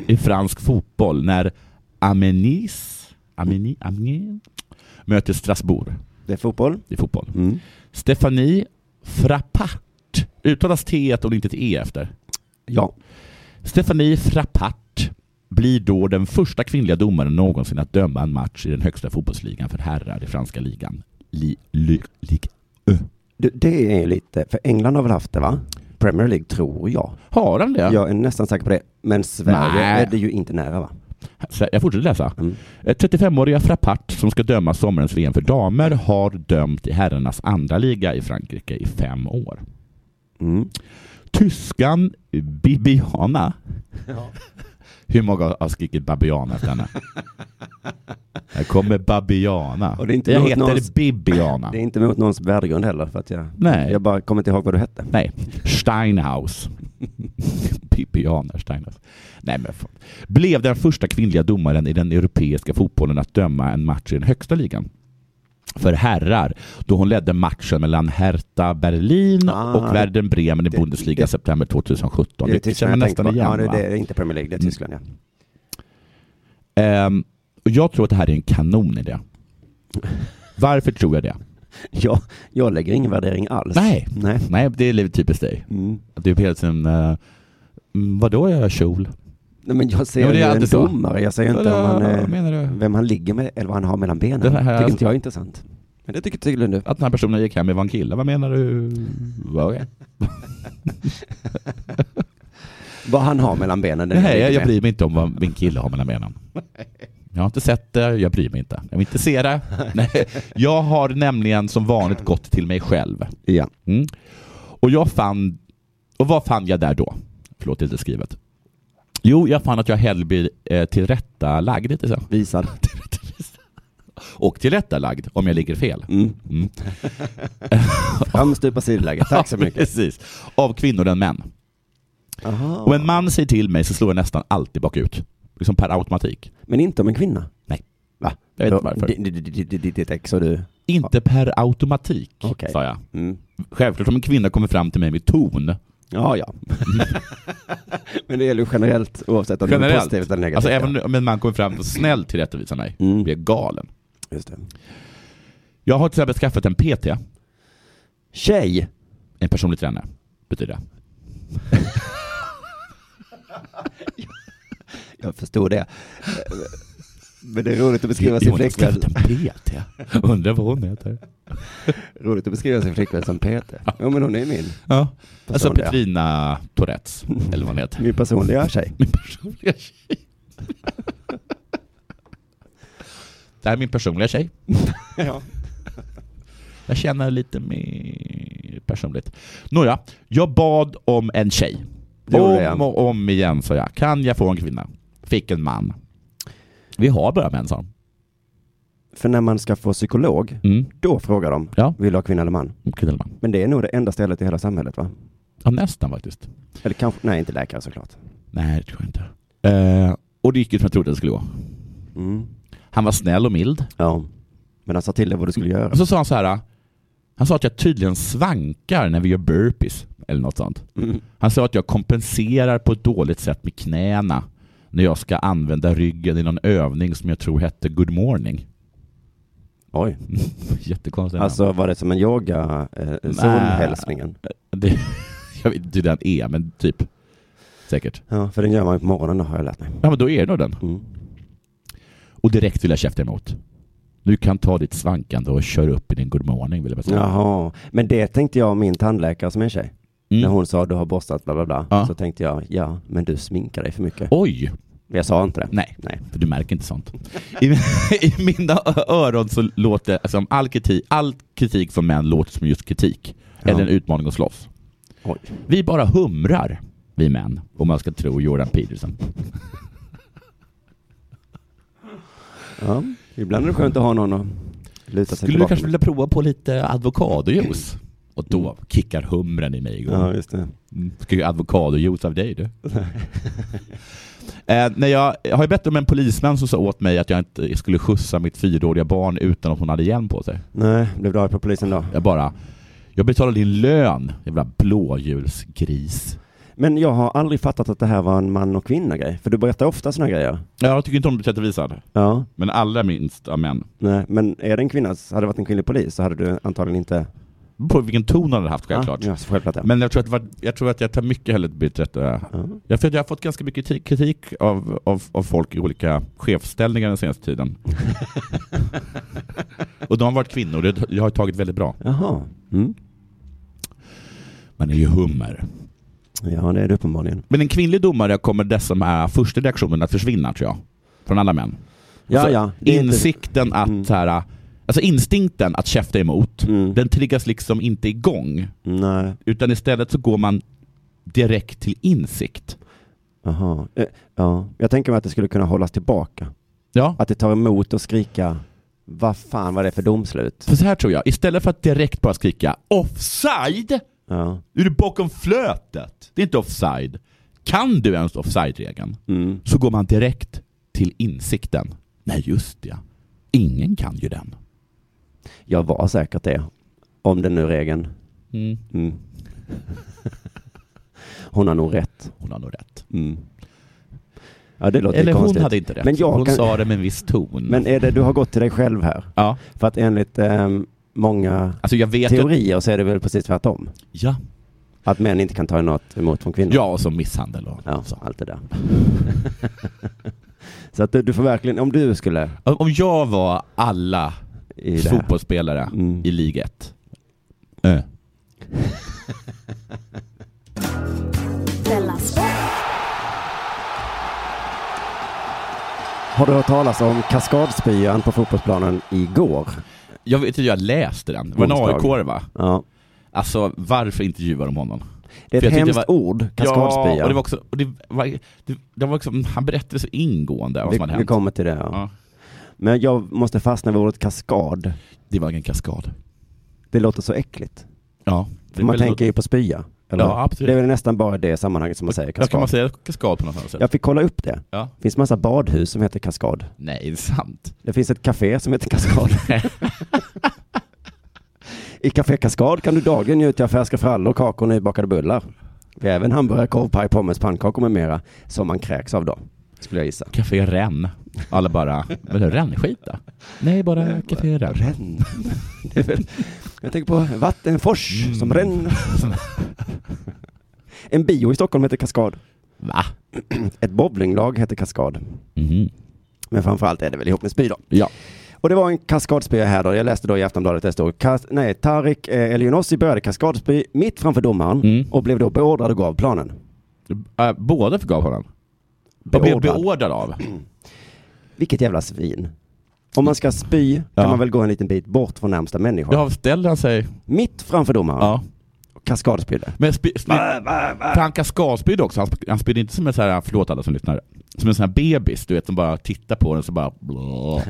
[SPEAKER 4] i fransk fotboll när Amenis Ameni, Ameni, möter Strasbourg
[SPEAKER 3] Det är fotboll.
[SPEAKER 4] i fotboll.
[SPEAKER 3] Mm.
[SPEAKER 4] Stefanie Frappart, uttalas T1 och det inte ett E efter.
[SPEAKER 3] Ja.
[SPEAKER 4] Stefanie Frappart blir då den första kvinnliga domaren någonsin att döma en match i den högsta fotbollsligan för herrar i franska ligan. Li, li, li.
[SPEAKER 3] Du, det är ju lite, för England har väl haft det va? Premier League tror jag.
[SPEAKER 4] Har han det?
[SPEAKER 3] Jag är nästan säker på det. Men Sverige
[SPEAKER 4] Nej.
[SPEAKER 3] är det ju inte nära va?
[SPEAKER 4] Så Jag fortsätter läsa.
[SPEAKER 3] Mm.
[SPEAKER 4] Eh, 35-åriga Frappart som ska döma sommarens VM för damer har dömt i herrarnas andra liga i Frankrike i fem år.
[SPEAKER 3] Mm.
[SPEAKER 4] Tyskan Bibiana. Hur många har skrikit Babiana efter henne? Här kommer Babiana.
[SPEAKER 3] Och det är inte
[SPEAKER 4] jag
[SPEAKER 3] något
[SPEAKER 4] heter
[SPEAKER 3] någons-
[SPEAKER 4] Bibiana.
[SPEAKER 3] Det är inte mot någons värdegrund heller för att jag,
[SPEAKER 4] Nej.
[SPEAKER 3] jag bara kommer inte ihåg vad du hette.
[SPEAKER 4] Nej, Steinhaus. Pippianer Steinhaus. Nej, men fan. Blev den första kvinnliga domaren i den europeiska fotbollen att döma en match i den högsta ligan. För herrar, då hon ledde matchen mellan Hertha Berlin
[SPEAKER 3] Ah,
[SPEAKER 4] och Werder Bremen i
[SPEAKER 3] det-
[SPEAKER 4] Bundesliga
[SPEAKER 3] det-
[SPEAKER 4] september 2017.
[SPEAKER 3] är
[SPEAKER 4] Det,
[SPEAKER 3] Tyskland
[SPEAKER 4] känner
[SPEAKER 3] jag
[SPEAKER 4] man
[SPEAKER 3] tänkte
[SPEAKER 4] nästan
[SPEAKER 3] på.
[SPEAKER 4] igen.
[SPEAKER 3] Ja, det,
[SPEAKER 4] va?
[SPEAKER 3] det är inte Premier League, det är
[SPEAKER 4] Mm.
[SPEAKER 3] Tyskland ja.
[SPEAKER 4] Ehm, och jag tror att det här är en kanonidé. Varför tror jag det?
[SPEAKER 3] Jag, jag lägger ingen värdering alls.
[SPEAKER 4] Nej.
[SPEAKER 3] Nej.
[SPEAKER 4] Nej, det är lite typiskt dig.
[SPEAKER 3] Mm.
[SPEAKER 4] Att Du är helt en... Uh, vadå, jag har kjol?
[SPEAKER 3] Nej men jag
[SPEAKER 4] Ja,
[SPEAKER 3] ser
[SPEAKER 4] men det
[SPEAKER 3] ju
[SPEAKER 4] är
[SPEAKER 3] en
[SPEAKER 4] alltid så.
[SPEAKER 3] domare, jag säger inte om han,
[SPEAKER 4] Vad
[SPEAKER 3] eh,
[SPEAKER 4] menar du?
[SPEAKER 3] vem han ligger med eller vad han har mellan benen.
[SPEAKER 4] Det
[SPEAKER 3] Det
[SPEAKER 4] här-
[SPEAKER 3] tycker inte jag är intressant. Men det tycker tydligen du.
[SPEAKER 4] att den här personen gick hem med en kille. Vad menar du? Va, okej.
[SPEAKER 3] Vad han har mellan benen. det är det
[SPEAKER 4] Nej, jag,
[SPEAKER 3] ligger
[SPEAKER 4] jag
[SPEAKER 3] med.
[SPEAKER 4] bryr mig inte om vad min kille har mellan benen. Jag har inte sett det, jag bryr mig inte. Jag vill inte se det. Nej, jag har nämligen som vanligt gått till mig själv.
[SPEAKER 3] Ja.
[SPEAKER 4] Mm. Och jag fann... Och vad fann jag där då? Förlåt, det är inte skrivet. Jo, jag fann att jag hellre blir eh, tillrättalagd lite så.
[SPEAKER 3] Visad.
[SPEAKER 4] Och tillrättalagd om jag ligger fel.
[SPEAKER 3] Mm.
[SPEAKER 4] Mm.
[SPEAKER 3] Framstupa sidoläge. Tack så mycket.
[SPEAKER 4] Precis. Av kvinnor än män.
[SPEAKER 3] Aha.
[SPEAKER 4] Och en man säger till mig så slår jag nästan alltid bakut. Liksom per automatik.
[SPEAKER 3] Men inte om en kvinna?
[SPEAKER 4] Nej.
[SPEAKER 3] Va?
[SPEAKER 4] Jag vet inte varför.
[SPEAKER 3] Di- di- di- di- di- di- Ditt ex och du?
[SPEAKER 4] Inte per automatik,
[SPEAKER 3] Okej.
[SPEAKER 4] sa jag.
[SPEAKER 3] Mm.
[SPEAKER 4] Självklart om en kvinna kommer fram till mig med ton.
[SPEAKER 3] Ja, ja. Men det gäller ju generellt oavsett om det är
[SPEAKER 4] Generellt.
[SPEAKER 3] positivt eller negativt.
[SPEAKER 4] Alltså
[SPEAKER 3] ja.
[SPEAKER 4] även om en man kommer fram och snällt tillrättavisar mig,
[SPEAKER 3] Mm.
[SPEAKER 4] blir jag galen.
[SPEAKER 3] Just det.
[SPEAKER 4] Jag har till exempel skaffat en PT,
[SPEAKER 3] Tjej!
[SPEAKER 4] en personlig tränare, betyder det.
[SPEAKER 3] Jag förstod det. Men det är roligt att beskriva sin
[SPEAKER 4] Jonas har
[SPEAKER 3] flickvän,
[SPEAKER 4] skaffat en PT. Undrar vad hon heter.
[SPEAKER 3] roligt att beskriva sin flickvän som Peter. Ja, men hon är min.
[SPEAKER 4] Ja. Alltså
[SPEAKER 3] Personliga.
[SPEAKER 4] Petrina Tourettes, eller vad hon heter.
[SPEAKER 3] Min personliga tjej.
[SPEAKER 4] Min personliga tjej. Det här är min personliga tjej.
[SPEAKER 3] Ja.
[SPEAKER 4] Jag känner lite mer personligt. Nåja, jag bad om en tjej.
[SPEAKER 3] Det gjorde
[SPEAKER 4] Om
[SPEAKER 3] jag.
[SPEAKER 4] och om igen sa jag. Kan jag få en kvinna? Fick en man. Vi har bara män sa de.
[SPEAKER 3] För när man ska få psykolog,
[SPEAKER 4] Mm.
[SPEAKER 3] då frågar de,
[SPEAKER 4] Ja.
[SPEAKER 3] vill du ha kvinna eller man?
[SPEAKER 4] Kvinna eller man.
[SPEAKER 3] Men det är nog det enda stället i hela samhället va?
[SPEAKER 4] Ja, nästan faktiskt.
[SPEAKER 3] Eller kanske, nej inte läkare såklart.
[SPEAKER 4] Nej, det tror jag inte. Eh, och det gick ju som jag trodde det skulle gå.
[SPEAKER 3] Mm.
[SPEAKER 4] Han var snäll och mild.
[SPEAKER 3] Ja. Men han sa till dig vad du skulle göra.
[SPEAKER 4] Och så sa han så här. Han sa att jag tydligen svankar när vi gör burpees. Eller något sånt.
[SPEAKER 3] Mm.
[SPEAKER 4] Han sa att jag kompenserar på ett dåligt sätt med knäna när jag ska använda ryggen i någon övning som jag tror hette good morning.
[SPEAKER 3] Oj.
[SPEAKER 4] Jättekonstigt. namn.
[SPEAKER 3] Alltså var det som en yoga, eh, solhälsningen?
[SPEAKER 4] Det, jag vet inte hur den är, men typ. Säkert.
[SPEAKER 3] Ja, för den gör man ju på morgonen har jag lärt mig.
[SPEAKER 4] Ja, men då är det nog den.
[SPEAKER 3] Mm.
[SPEAKER 4] Och direkt vill jag käfta emot. Du kan ta ditt svankande och köra upp i din good morning, vill jag bara säga.
[SPEAKER 3] Jaha, men det tänkte jag om min tandläkare som är tjej.
[SPEAKER 4] Mm.
[SPEAKER 3] När hon sa du har borstat bla bla bla.
[SPEAKER 4] Ja.
[SPEAKER 3] Så tänkte jag, ja, men du sminkar dig för mycket.
[SPEAKER 4] Oj!
[SPEAKER 3] Men Jag sa inte det.
[SPEAKER 4] Nej,
[SPEAKER 3] Nej.
[SPEAKER 4] för du märker inte sånt. I, I mina ö- öron så låter det som all kritik, all kritik från män låter som just kritik.
[SPEAKER 3] Ja.
[SPEAKER 4] Eller en utmaning att slåss.
[SPEAKER 3] Oj.
[SPEAKER 4] Vi bara humrar, vi män, om man ska tro Jordan Peterson.
[SPEAKER 3] Ja. Ibland är det skönt att ha någon att luta sig
[SPEAKER 4] Skulle du
[SPEAKER 3] tillbaka
[SPEAKER 4] kanske
[SPEAKER 3] med.
[SPEAKER 4] vilja prova på lite avokadojuice? Och då kickar humren i mig igång.
[SPEAKER 3] Ja, just det.
[SPEAKER 4] Mm. Ska ju avokadojuice av dig du. eh, när jag, jag har ju bett om en polisman som sa åt mig att jag inte skulle skjutsa mitt fyraåriga barn utan att hon hade hjälm på sig.
[SPEAKER 3] Nej, blev du arg på polisen då?
[SPEAKER 4] Jag bara, jag betalar din lön, jävla blåhjulsgris.
[SPEAKER 3] Men jag har aldrig fattat att det här var en man och kvinna grej, för du berättar ofta sådana grejer.
[SPEAKER 4] Ja, Jag tycker inte om att bli tillrättavisad,
[SPEAKER 3] Ja,
[SPEAKER 4] men allra minst av män.
[SPEAKER 3] nej, men är det en kvinna, hade det varit en kvinnlig polis så hade du antagligen inte...
[SPEAKER 4] Beror På vilken ton han hade haft självklart.
[SPEAKER 3] Ja, ja, så självklart ja.
[SPEAKER 4] Men jag tror, att, det var- jag tror att jag tar mycket hellre bli tillrättavisad.
[SPEAKER 3] ja.
[SPEAKER 4] Jag, för att jag har fått ganska mycket kritik, kritik av, av, av folk i olika chefsställningar den senaste tiden. och de har varit kvinnor, det jag har tagit väldigt bra.
[SPEAKER 3] Jaha. Mm.
[SPEAKER 4] Man är ju hummer.
[SPEAKER 3] Ja, det är det uppenbarligen.
[SPEAKER 4] Men en kvinnlig domare kommer dessa här första reaktionerna att försvinna tror jag. Från alla män.
[SPEAKER 3] Ja,
[SPEAKER 4] Alltså,
[SPEAKER 3] ja. det är inte-
[SPEAKER 4] Insikten att
[SPEAKER 3] Mm.
[SPEAKER 4] så här, alltså instinkten att käfta emot,
[SPEAKER 3] Mm.
[SPEAKER 4] den triggas liksom inte igång.
[SPEAKER 3] Nej,
[SPEAKER 4] Utan istället så går man direkt till insikt.
[SPEAKER 3] jaha. Eh, Ja, jag tänker mig att det skulle kunna hållas tillbaka.
[SPEAKER 4] Ja.
[SPEAKER 3] Att det tar emot att skrika vad fan var det för domslut?
[SPEAKER 4] För så här tror jag, istället för att direkt bara skrika offside,
[SPEAKER 3] Ja.
[SPEAKER 4] Är du bakom flötet? Det är inte offside. Kan du ens offside-regeln
[SPEAKER 3] Mm.
[SPEAKER 4] så går man direkt till insikten. Nej, just det. Ingen kan ju den.
[SPEAKER 3] Jag var säkert det. Om det nu är regeln. Mm. Hon har nog rätt.
[SPEAKER 4] Hon har nog rätt.
[SPEAKER 3] Mm. Ja, det låter
[SPEAKER 4] Eller
[SPEAKER 3] ju
[SPEAKER 4] hon
[SPEAKER 3] konstigt.
[SPEAKER 4] hade inte rätt.
[SPEAKER 3] Men jag
[SPEAKER 4] hon
[SPEAKER 3] kan-
[SPEAKER 4] sa det med en viss ton.
[SPEAKER 3] Men är det, du har gått till dig själv här?
[SPEAKER 4] Ja,
[SPEAKER 3] För att enligt ehm, många
[SPEAKER 4] alltså jag vet att...
[SPEAKER 3] teorier så är det väl precis tvärtom?
[SPEAKER 4] Ja.
[SPEAKER 3] Att män inte kan ta något emot från kvinnor?
[SPEAKER 4] ja, och så misshandel och
[SPEAKER 3] Ja,
[SPEAKER 4] så.
[SPEAKER 3] allt det där. så att du, du får verkligen, om du skulle
[SPEAKER 4] Om om jag var alla
[SPEAKER 3] i det här.
[SPEAKER 4] fotbollsspelare
[SPEAKER 3] Mm.
[SPEAKER 4] i liget. Äh.
[SPEAKER 2] Della Sport.
[SPEAKER 3] Har du hört talas om kaskadspyan på fotbollsplanen igår?
[SPEAKER 4] Jag vet ju, jag läste den. Det var en
[SPEAKER 3] Onsdag.
[SPEAKER 4] AIK va?
[SPEAKER 3] Ja.
[SPEAKER 4] Alltså, varför intervjuar de honom?
[SPEAKER 3] Det är
[SPEAKER 4] För
[SPEAKER 3] ett
[SPEAKER 4] jag tyckte
[SPEAKER 3] hemskt
[SPEAKER 4] det
[SPEAKER 3] ord, kaskadspya.
[SPEAKER 4] Ja, och det var också, och det var, det, det var liksom, han berättade så ingående vad som hade
[SPEAKER 3] vi, vi
[SPEAKER 4] hänt.
[SPEAKER 3] kommer till det. Ja.
[SPEAKER 4] Ja.
[SPEAKER 3] Men jag måste fastna vid ordet kaskad.
[SPEAKER 4] Det var en kaskad.
[SPEAKER 3] Det låter så äckligt.
[SPEAKER 4] Ja. Det
[SPEAKER 3] För
[SPEAKER 4] är
[SPEAKER 3] man
[SPEAKER 4] väl
[SPEAKER 3] tänker ju på spya. Eller?
[SPEAKER 4] Ja, absolut.
[SPEAKER 3] Det är väl nästan bara det sammanhanget som man säger
[SPEAKER 4] något- ja,
[SPEAKER 3] kaskad.
[SPEAKER 4] kan man säga kaskad på något annat sätt?
[SPEAKER 3] Jag fick kolla upp det.
[SPEAKER 4] Ja.
[SPEAKER 3] Det finns massa badhus som heter kaskad.
[SPEAKER 4] Nej, det är sant.
[SPEAKER 3] Det finns ett café som heter kaskad. I Café Kaskad kan du dagligen njuta av färska frallor, kakor och nybakade bullar. Vi har även hamburgare, korv, paj, pommes, pannkakor med mera som man kräks av då, skulle jag gissa.
[SPEAKER 4] Café Renn. Alla bara, vadå rännskit då? Nej, bara Café Renn.
[SPEAKER 3] Ränn. Det är väl, jag tänker på vattenfors
[SPEAKER 4] Mm.
[SPEAKER 3] som ränn. En bio i Stockholm heter Kaskad.
[SPEAKER 4] Va?
[SPEAKER 3] Ett bowlinglag heter Kaskad.
[SPEAKER 4] Mhm.
[SPEAKER 3] Men framförallt är det väl ihop med spy då.
[SPEAKER 4] Ja.
[SPEAKER 3] Och det var en kaskadspya här då. Jag läste då i Aftonbladet, det stod kas- nej, Tarik eh, Elionossi började kaskadspy mitt framför domaren
[SPEAKER 4] Mm.
[SPEAKER 3] och blev då beordrad att gå av planen.
[SPEAKER 4] Äh, båda förgav honom. Vad blev
[SPEAKER 3] Beordrad.
[SPEAKER 4] beordrad av?
[SPEAKER 3] Vilket jävla svin. Om man ska spy kan
[SPEAKER 4] Ja.
[SPEAKER 3] man väl gå en liten bit bort från närmsta människa.
[SPEAKER 4] Ja, ställde han sig...
[SPEAKER 3] Mitt framför domaren,
[SPEAKER 4] Ja.
[SPEAKER 3] kaskadspydde.
[SPEAKER 4] Men sp- sp- han kaskadspydde också, han, sp- han spydde inte som en sån här, förlåt alla som lyssnar, som en sån här bebis, du vet som bara tittar på den så bara blå.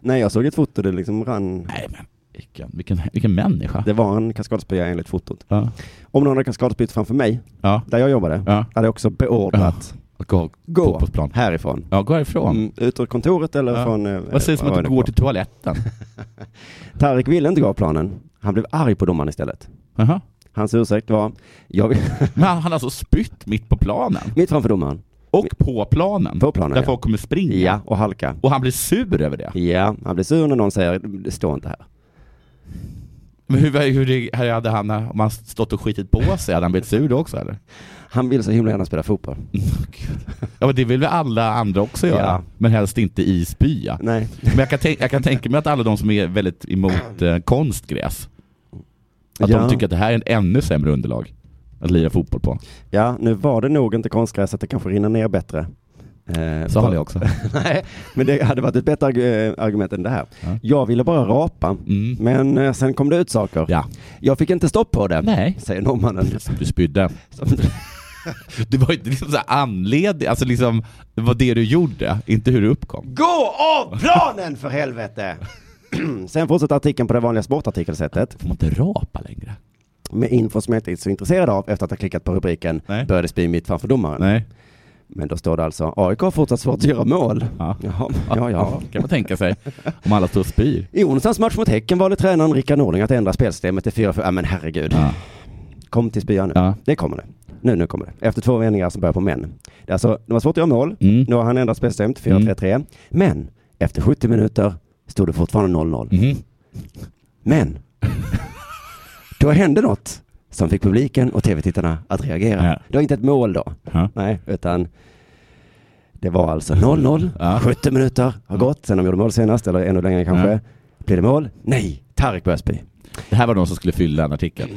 [SPEAKER 3] Nej, jag såg ett foto, det liksom rann.
[SPEAKER 4] Nej men, vilken, vilken, vilken människa.
[SPEAKER 3] Det var en kaskadspya enligt fotot.
[SPEAKER 4] Ja,
[SPEAKER 3] Om någon hade kaskadspytt framför mig,
[SPEAKER 4] ja,
[SPEAKER 3] där jag jobbade,
[SPEAKER 4] ja.
[SPEAKER 3] hade jag också beordrat
[SPEAKER 4] Och Gå,
[SPEAKER 3] Gå.
[SPEAKER 4] gå. fotbollsplan.
[SPEAKER 3] härifrån.
[SPEAKER 4] Ja, gå härifrån.
[SPEAKER 3] Mm, ut ur kontoret eller
[SPEAKER 4] Ja.
[SPEAKER 3] från... eh,
[SPEAKER 4] Vad sägs om
[SPEAKER 3] var
[SPEAKER 4] att
[SPEAKER 3] det
[SPEAKER 4] du går
[SPEAKER 3] på?
[SPEAKER 4] till toaletten?
[SPEAKER 3] Tarik ville inte gå av planen. Han blev arg på domaren istället.
[SPEAKER 4] Jaha.
[SPEAKER 3] Hans ursäkt var, jag vill...
[SPEAKER 4] Men han han har alltså spytt mitt på planen.
[SPEAKER 3] mitt framför domaren,
[SPEAKER 4] Och på planen.
[SPEAKER 3] på planen.
[SPEAKER 4] Där
[SPEAKER 3] Ja.
[SPEAKER 4] folk kommer springa.
[SPEAKER 3] ja, och halka.
[SPEAKER 4] Och han blir sur över det.
[SPEAKER 3] Ja, han blir sur när någon säger, det står inte här.
[SPEAKER 4] Men hur, hur det- här hade han, om han stått och skitit på sig, hade han blivit sur då också eller?
[SPEAKER 3] Han vill så himla gärna spela fotboll.
[SPEAKER 4] Ja men det vill väl alla andra också göra,
[SPEAKER 3] Ja.
[SPEAKER 4] men helst inte i spya.
[SPEAKER 3] Nej,
[SPEAKER 4] Men jag kan, tänk, jag kan tänka mig att alla de som är väldigt emot eh, konstgräs, att
[SPEAKER 3] Ja.
[SPEAKER 4] de tycker att det här är en ännu sämre underlag att lira fotboll på.
[SPEAKER 3] ja, nu var det nog inte konstgräs att det kanske rinner ner bättre. Eh,
[SPEAKER 4] Sa han det också?
[SPEAKER 3] Nej, men det hade varit ett bättre arg- eh, argument än det här.
[SPEAKER 4] Ja.
[SPEAKER 3] Jag ville bara rapa,
[SPEAKER 4] Mm.
[SPEAKER 3] men eh, sen kom det ut saker.
[SPEAKER 4] Ja.
[SPEAKER 3] Jag fick inte stopp på det,
[SPEAKER 4] Nej.
[SPEAKER 3] säger norrmannen.
[SPEAKER 4] Du spydde.
[SPEAKER 3] Som-
[SPEAKER 4] Det var ju inte liksom så här anledning, alltså liksom, det var det du gjorde, inte hur du uppkom.
[SPEAKER 3] Gå av planen för helvete! Sen fortsätter artikeln på det vanliga sportartikelsättet
[SPEAKER 4] Får man inte rapa längre?
[SPEAKER 3] med info som jag inte är så intresserad av efter att ha klickat på rubriken
[SPEAKER 4] Nej.
[SPEAKER 3] Bördesby mitt framför domaren.
[SPEAKER 4] Nej.
[SPEAKER 3] Men då står det alltså AIK har fortsatt svårt att göra mål.
[SPEAKER 4] Ja.
[SPEAKER 3] Jaha, ja, ja.
[SPEAKER 4] Kan man tänka sig. Om alla står och spyr.
[SPEAKER 3] I onsdagens match mot Häcken valde tränaren Rickard Norling att ändra spelsystemet till 4-4. Ja men herregud.
[SPEAKER 4] Ja.
[SPEAKER 3] Kom till spyan nu.
[SPEAKER 4] Ja.
[SPEAKER 3] Det kommer det. Nu, nu kommer det. Efter två vändningar som börjar på men. Det är alltså, de har svårt att göra mål.
[SPEAKER 4] Mm.
[SPEAKER 3] Nu har han ändrat spelsystemet till 4-3-3. Men efter 70 minuter stod det fortfarande 0-0.
[SPEAKER 4] Mhm.
[SPEAKER 3] Men då hände något som fick publiken och tv-tittarna att reagera.
[SPEAKER 4] Ja.
[SPEAKER 3] Det var inte ett mål då,
[SPEAKER 4] Ja.
[SPEAKER 3] nej, utan det var alltså 0-0,
[SPEAKER 4] Ja.
[SPEAKER 3] 70 minuter har gått sen de gjorde mål senast, eller ännu längre kanske.
[SPEAKER 4] Ja.
[SPEAKER 3] Blir det mål? Nej, Tarek Bösby.
[SPEAKER 4] Det här var någon som skulle fylla den artikeln.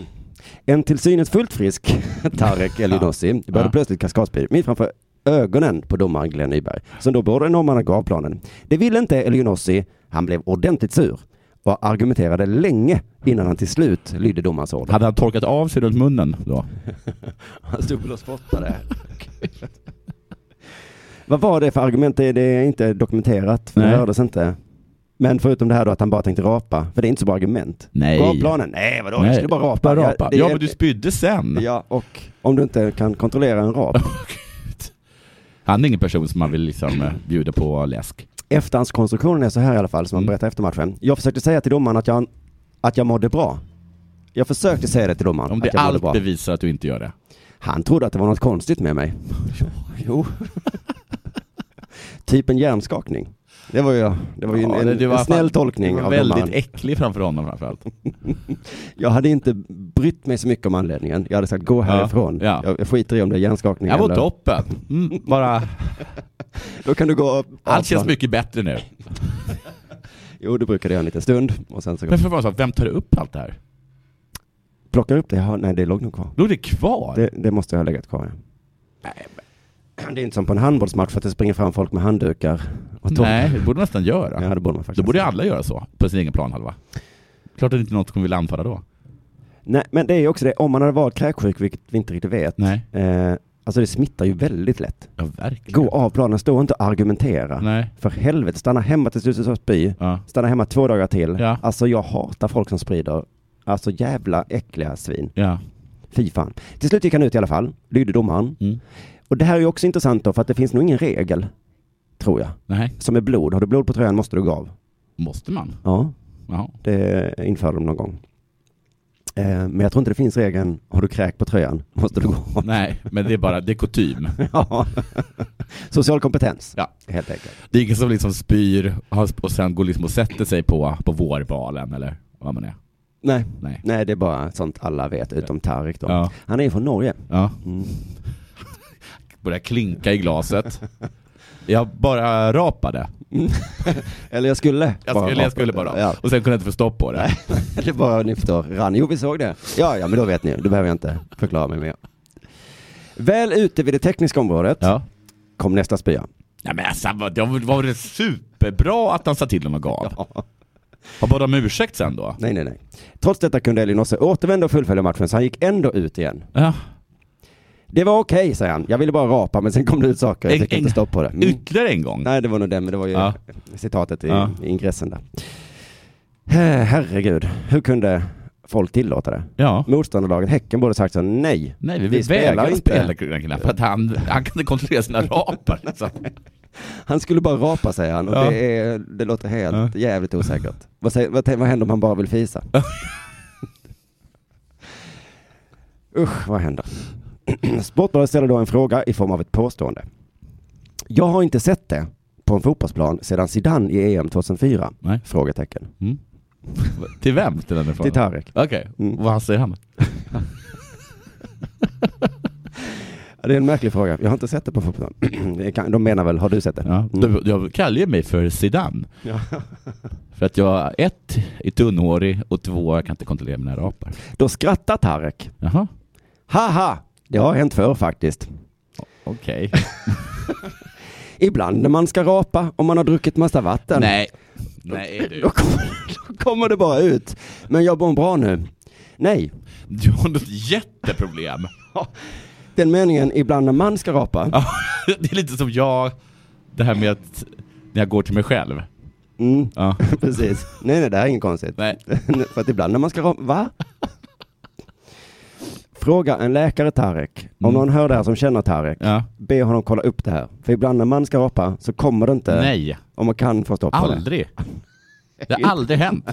[SPEAKER 3] En till synes fullt frisk Tarek El Younossi började
[SPEAKER 4] Ja.
[SPEAKER 3] plötsligt kaskadspy mitt framför ögonen på domaren Glenn Nyberg, som då beordrade norrmannen att gå av planen. Det ville inte El Younossi, han blev ordentligt sur och argumenterade länge innan han till slut lydde domarens order.
[SPEAKER 4] Hade han torkat av sig runt munnen då?
[SPEAKER 3] Han stod väl och spottade. Vad var det för argument? Det det är inte dokumenterat, för det
[SPEAKER 4] Nej.
[SPEAKER 3] hördes inte. Men förutom det här då att han bara tänkte rapa, för det är inte så bra argument.
[SPEAKER 4] Nej.
[SPEAKER 3] Gå av planen? Nej, vadå? Jag skulle bara rapa.
[SPEAKER 4] Bara
[SPEAKER 3] Jag-
[SPEAKER 4] rapa.
[SPEAKER 3] det
[SPEAKER 4] Ja,
[SPEAKER 3] är-
[SPEAKER 4] men du spydde sen.
[SPEAKER 3] Ja, och om du inte kan kontrollera en rap.
[SPEAKER 4] Han är ingen person som man vill liksom eh, bjuda på läsk.
[SPEAKER 3] Efterhandskonstruktionen är så här i alla fall, som man
[SPEAKER 4] Mm.
[SPEAKER 3] berättar efter matchen. Jag försökte säga till domaren att jag, att jag mådde bra. Jag försökte säga det till domaren.
[SPEAKER 4] Om det
[SPEAKER 3] att jag mådde
[SPEAKER 4] allt
[SPEAKER 3] bra.
[SPEAKER 4] bevisar att du inte gör det.
[SPEAKER 3] Han trodde att det var något konstigt med mig. jo. typ en hjärnskakning. Det var ju, det var ju
[SPEAKER 4] Ja,
[SPEAKER 3] en,
[SPEAKER 4] det- det var
[SPEAKER 3] en snäll
[SPEAKER 4] fan-
[SPEAKER 3] tolkning
[SPEAKER 4] Du var
[SPEAKER 3] av
[SPEAKER 4] väldigt
[SPEAKER 3] domaren.
[SPEAKER 4] äcklig framför honom framförallt.
[SPEAKER 3] Jag hade inte brytt mig så mycket om anledningen. Jag hade sagt gå härifrån.
[SPEAKER 4] ja.
[SPEAKER 3] Jag- Jag skiter i om det är hjärnskakning
[SPEAKER 4] Jag var
[SPEAKER 3] eller...
[SPEAKER 4] toppen. Mm, bara,
[SPEAKER 3] Då kan du gå upp.
[SPEAKER 4] allt känns mycket bättre nu.
[SPEAKER 3] Jo, du brukar det göra en liten stund. Och sen så
[SPEAKER 4] Men för fan, så, vem tar upp allt det här?
[SPEAKER 3] plockar du upp det. Jaha, nej, det låg nog kvar.
[SPEAKER 4] Låg det kvar?
[SPEAKER 3] Det, det måste jag ha legat kvar.
[SPEAKER 4] Nej,
[SPEAKER 3] ja. Det är inte som på en handbollsmatch för att det springer fram folk med handdukar och torkar.
[SPEAKER 4] Nej, det borde man nästan göra.
[SPEAKER 3] Ja, det borde man faktiskt.
[SPEAKER 4] Då borde alla göra så, på sin egen planhalva. Klart att inte något kommer vilja anfalla då.
[SPEAKER 3] Nej, men det är ju också det, om man hade varit kräksjuk, vilket vi inte riktigt vet,
[SPEAKER 4] Nej.
[SPEAKER 3] Eh, alltså det smittar ju väldigt lätt.
[SPEAKER 4] Ja, verkligen.
[SPEAKER 3] Gå av planen, stå inte och argumentera.
[SPEAKER 4] Nej.
[SPEAKER 3] För helvete, stanna hemma tills du ska spy.
[SPEAKER 4] Ja.
[SPEAKER 3] Stanna hemma två dagar till.
[SPEAKER 4] Ja.
[SPEAKER 3] Alltså jag hatar folk som sprider, alltså jävla äckliga svin.
[SPEAKER 4] Ja.
[SPEAKER 3] Fy fan. Till slut gick han ut i alla fall, lydde domaren.
[SPEAKER 4] Mm.
[SPEAKER 3] Och det här är ju också intressant då, för att det finns nog ingen regel, tror jag,
[SPEAKER 4] Nej.
[SPEAKER 3] som är blod. Har du blod på tröjan måste du gå av.
[SPEAKER 4] Måste man?
[SPEAKER 3] Ja,
[SPEAKER 4] Jaha.
[SPEAKER 3] det införde de någon gång. Eh, Men jag tror inte det finns regeln, har du kräk på tröjan måste du gå av.
[SPEAKER 4] Nej, men det är bara, det är kutym.
[SPEAKER 3] Ja. Social kompetens.
[SPEAKER 4] Ja.
[SPEAKER 3] Helt enkelt.
[SPEAKER 4] Det är ingen som liksom spyr har- och sen går liksom och sätter sig på, på vårbalen eller vad man är.
[SPEAKER 3] Nej.
[SPEAKER 4] Nej.
[SPEAKER 3] Nej, det är bara sånt alla vet, utom Tarek då.
[SPEAKER 4] Ja.
[SPEAKER 3] Han är ju från Norge.
[SPEAKER 4] ja.
[SPEAKER 3] Mm.
[SPEAKER 4] Börjar klinka i glaset. Jag bara rapade.
[SPEAKER 3] Eller jag skulle.
[SPEAKER 4] Jag skulle, jag skulle bara.
[SPEAKER 3] Ja.
[SPEAKER 4] Och sen kunde jag inte få stopp på det.
[SPEAKER 3] Det bara ni förstår. Rann. Jo, vi såg det. Ja, ja, men då vet ni. Då behöver jag inte förklara mig mer. Väl ute vid det tekniska området
[SPEAKER 4] Ja.
[SPEAKER 3] kom nästa spya.
[SPEAKER 4] Nej men alltså, vad- det var, var det superbra att han sa till honom och gav. Har bara om ursäkt sen då?
[SPEAKER 3] Nej, nej, nej. Trots detta kunde Elinosse återvända och fullfölja matchen, så han gick ändå ut igen.
[SPEAKER 4] Ja.
[SPEAKER 3] Det var okej, säger han. Jag ville bara rapa, men sen kom det ut saker. Jag
[SPEAKER 4] En-
[SPEAKER 3] fick inte
[SPEAKER 4] en-
[SPEAKER 3] stopp på det. Mm.
[SPEAKER 4] Ytterligare en gång?
[SPEAKER 3] Nej, det var nog den, men det var ju
[SPEAKER 4] Ja.
[SPEAKER 3] citatet i,
[SPEAKER 4] Ja.
[SPEAKER 3] i ingressen där. Eh, Herregud, hur kunde folk tillåta det?
[SPEAKER 4] Ja.
[SPEAKER 3] Motståndarlaget Häcken borde sagt så nej.
[SPEAKER 4] Nej, vi, vi vägrar inte spela Gröna Knapp, för att han, han kan inte kontrollera sina rapar. Liksom.
[SPEAKER 3] Han skulle bara rapa, säger han. Och
[SPEAKER 4] Ja.
[SPEAKER 3] det, är, det låter helt jävligt osäkert. Vad, säger, vad, vad händer om han bara vill fisa? Usch, vad händer? Sportbladet ställer då en fråga i form av ett påstående. Jag har inte sett det på en fotbollsplan sedan Zidane i E EM 2004?
[SPEAKER 4] Nej.
[SPEAKER 3] Frågetecken.
[SPEAKER 4] Mm. Till vem? Till den
[SPEAKER 3] Till Tarek.
[SPEAKER 4] Okej,
[SPEAKER 3] Mm.
[SPEAKER 4] vad säger han?
[SPEAKER 3] Ja, Det är en märklig fråga. Jag har inte sett det på fotboll. Det kan- De menar väl, har du sett det?
[SPEAKER 4] Ja. Du, jag kallar ju mig för Zidane.
[SPEAKER 3] Ja.
[SPEAKER 4] För att jag, ett, är tunnhårig och två, jag kan inte kontrollera mina rapar.
[SPEAKER 3] Då skrattar Tarek.
[SPEAKER 4] Jaha,
[SPEAKER 3] Haha! Det har hänt förr faktiskt.
[SPEAKER 4] okej.
[SPEAKER 3] Ibland när man ska rapa om man har druckit massa vatten.
[SPEAKER 4] Nej. Nej du.
[SPEAKER 3] Då kommer, då kommer det bara ut. Men jag mår bra nu. Nej,
[SPEAKER 4] Du har något jätteproblem.
[SPEAKER 3] den meningen ibland när man ska rapa.
[SPEAKER 4] Ja, det är lite som jag, det här med att när jag går till mig själv.
[SPEAKER 3] Mm,
[SPEAKER 4] Ja.
[SPEAKER 3] precis. Nej, nej, det här är inget konstigt.
[SPEAKER 4] Nej.
[SPEAKER 3] För att ibland när man ska rapa, va? Fråga en läkare Tarek, om
[SPEAKER 4] Mm.
[SPEAKER 3] någon hör det här som känner Tarek,
[SPEAKER 4] Ja.
[SPEAKER 3] be honom kolla upp det här. För ibland när man ska rapa så kommer det inte,
[SPEAKER 4] Nej,
[SPEAKER 3] om man kan få stopp på det.
[SPEAKER 4] aldrig. Det har aldrig hänt.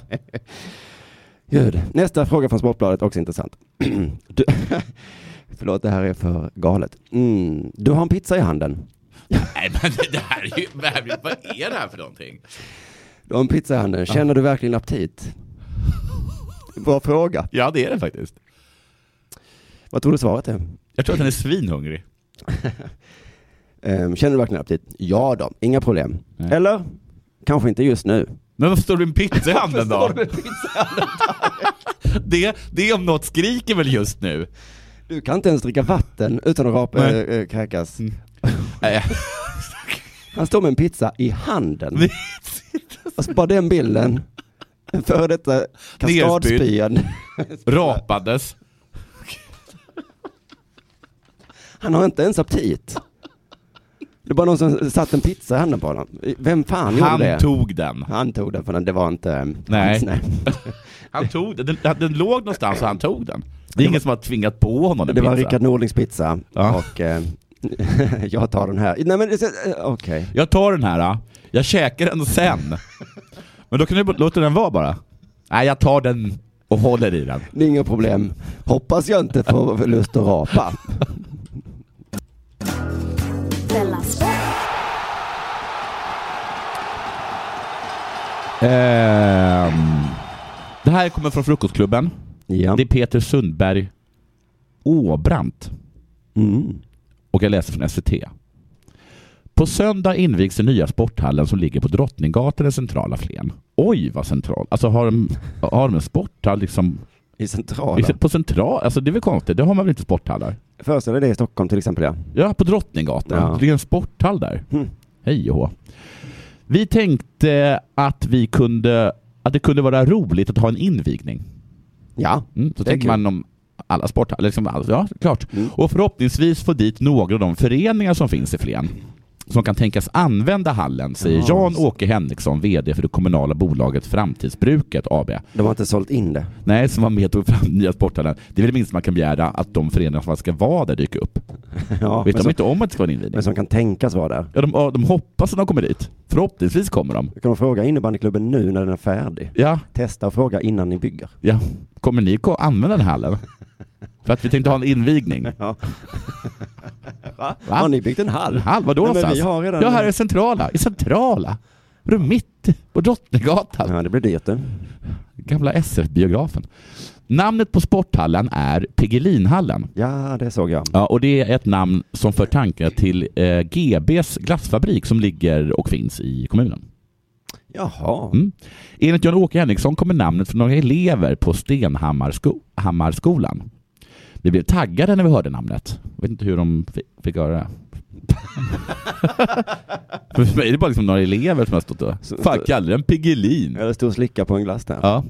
[SPEAKER 3] Gud. Nästa fråga från Sportbladet, också intressant. Du, förlåt, det här är för galet. Mm, du har en pizza i handen.
[SPEAKER 4] Nej, men det här är ju, vad är- vad är det här för någonting?
[SPEAKER 3] Du har en pizza i handen. Känner du verkligen aptit? Bra fråga.
[SPEAKER 4] Ja, det är det faktiskt.
[SPEAKER 3] Vad tror du svaret är?
[SPEAKER 4] Jag tror att den är svinhungrig.
[SPEAKER 3] Ehm, känner du verkligen aptit? Ja då, inga problem.
[SPEAKER 4] Nej.
[SPEAKER 3] Eller? Kanske inte just nu.
[SPEAKER 4] Men varför står du en pizza i handen då?
[SPEAKER 3] Står det en pizza?
[SPEAKER 4] Det, det om något skriker väl just nu?
[SPEAKER 3] Du kan inte ens dricka vatten utan att rapa,
[SPEAKER 4] Nej.
[SPEAKER 3] äh, kräkas.
[SPEAKER 4] Mm. Nej.
[SPEAKER 3] Han står med en pizza i handen.
[SPEAKER 4] Det-
[SPEAKER 3] Alltså bara den bilden. En före detta kaskadspyan.
[SPEAKER 4] Rapades.
[SPEAKER 3] Han har inte ens aptit. Det var någon som satte en pizza i handen på honom. Vem fan gjorde det?
[SPEAKER 4] Han tog den.
[SPEAKER 3] han tog den för den, det var inte... eh,
[SPEAKER 4] Nej.
[SPEAKER 3] nej.
[SPEAKER 4] Han tog den. den. Den låg någonstans och han tog den. Det är ingen som har tvingat på honom en
[SPEAKER 3] Det var
[SPEAKER 4] pizza.
[SPEAKER 3] Rickard Nordlings pizza.
[SPEAKER 4] Ja.
[SPEAKER 3] Och eh, jag tar den här. Nej men det- eh, okej.
[SPEAKER 4] Jag tar den här, ah. jag käkar den sen. Men då kan du b- låta den vara bara. Nej, jag tar den och håller i den.
[SPEAKER 3] Det är inga problem. Hoppas jag inte får lust att rapa.
[SPEAKER 2] Della Sport.
[SPEAKER 4] Ehm, det här kommer från Frukostklubben.
[SPEAKER 3] Ja.
[SPEAKER 4] Det är Peter Sundberg Åbrant.
[SPEAKER 3] Mm.
[SPEAKER 4] och jag läser från SVT. På söndag invigs den nya sporthallen som ligger på Drottninggatan i centrala Flen. Oj, vad central. Alltså har de, har de en sporthall liksom?
[SPEAKER 3] I centrala.
[SPEAKER 4] På central? Alltså det är väl konstigt? Det har man väl inte sporthallar?
[SPEAKER 3] Föreställ dig det i Stockholm till exempel ja.
[SPEAKER 4] Ja, på Drottninggatan.
[SPEAKER 3] Ja.
[SPEAKER 4] Det är en sporthall där.
[SPEAKER 3] Mm.
[SPEAKER 4] Hej och hå. Vi tänkte att vi kunde, att det kunde vara roligt att ha en invigning.
[SPEAKER 3] Ja.
[SPEAKER 4] Mm, så
[SPEAKER 3] Det är
[SPEAKER 4] tänker
[SPEAKER 3] kul.
[SPEAKER 4] man om alla sporthallar. Liksom, all- ja, klart.
[SPEAKER 3] Mm.
[SPEAKER 4] Och förhoppningsvis få dit några av de föreningar som finns i Flen som kan tänkas använda hallen, säger
[SPEAKER 3] Ja, just det.
[SPEAKER 4] Jan-Åke Henriksson, VD för det kommunala bolaget Framtidsbruket AB.
[SPEAKER 3] De har inte sålt in det.
[SPEAKER 4] Nej, som var med och tog fram nya sporthallen. Det är väl det minsta man kan begära att de föreningar som ska vara där dyker upp.
[SPEAKER 3] Ja, men,
[SPEAKER 4] Vet de
[SPEAKER 3] som,
[SPEAKER 4] inte om att det ska vara en invigning?
[SPEAKER 3] men som kan tänkas vara där.
[SPEAKER 4] Ja, de, ja, de hoppas att de kommer dit. Förhoppningsvis kommer de.
[SPEAKER 3] Då kan de fråga innebandyklubben nu när den är färdig.
[SPEAKER 4] Ja,
[SPEAKER 3] Testa och fråga innan ni bygger.
[SPEAKER 4] ja. Kommer ni ko- använda den här hallen? För att vi tänkte ha en invigning.
[SPEAKER 3] Ja. Va?
[SPEAKER 4] Va?
[SPEAKER 3] Har ni byggt en hall?
[SPEAKER 4] En hall? Vadå
[SPEAKER 3] Nej, men
[SPEAKER 4] någonstans?
[SPEAKER 3] vi har redan...
[SPEAKER 4] Ja, här är centrala. I centrala? Vadå mitt på Drottninggatan?
[SPEAKER 3] Ja, det blir dyrt det.
[SPEAKER 4] Gamla SF-biografen. Namnet på sporthallen är Piggelinhallen.
[SPEAKER 3] Ja, det såg jag.
[SPEAKER 4] Ja, och det är ett namn som för tankar till eh, GBs glassfabrik som ligger och finns i kommunen.
[SPEAKER 3] Jaha.
[SPEAKER 4] Mm. Enligt Jan-Åke Henriksson kommer namnet från några elever på Stenhammarskolan. Vi blev taggade när vi hörde namnet. Jag vet inte hur de fi- fick höra det. För mig är det bara liksom några elever som har stått och...
[SPEAKER 3] Så-
[SPEAKER 4] Fan, kallar den Piggelin?
[SPEAKER 3] Eller stod och slicka på en glass där.
[SPEAKER 4] Ja.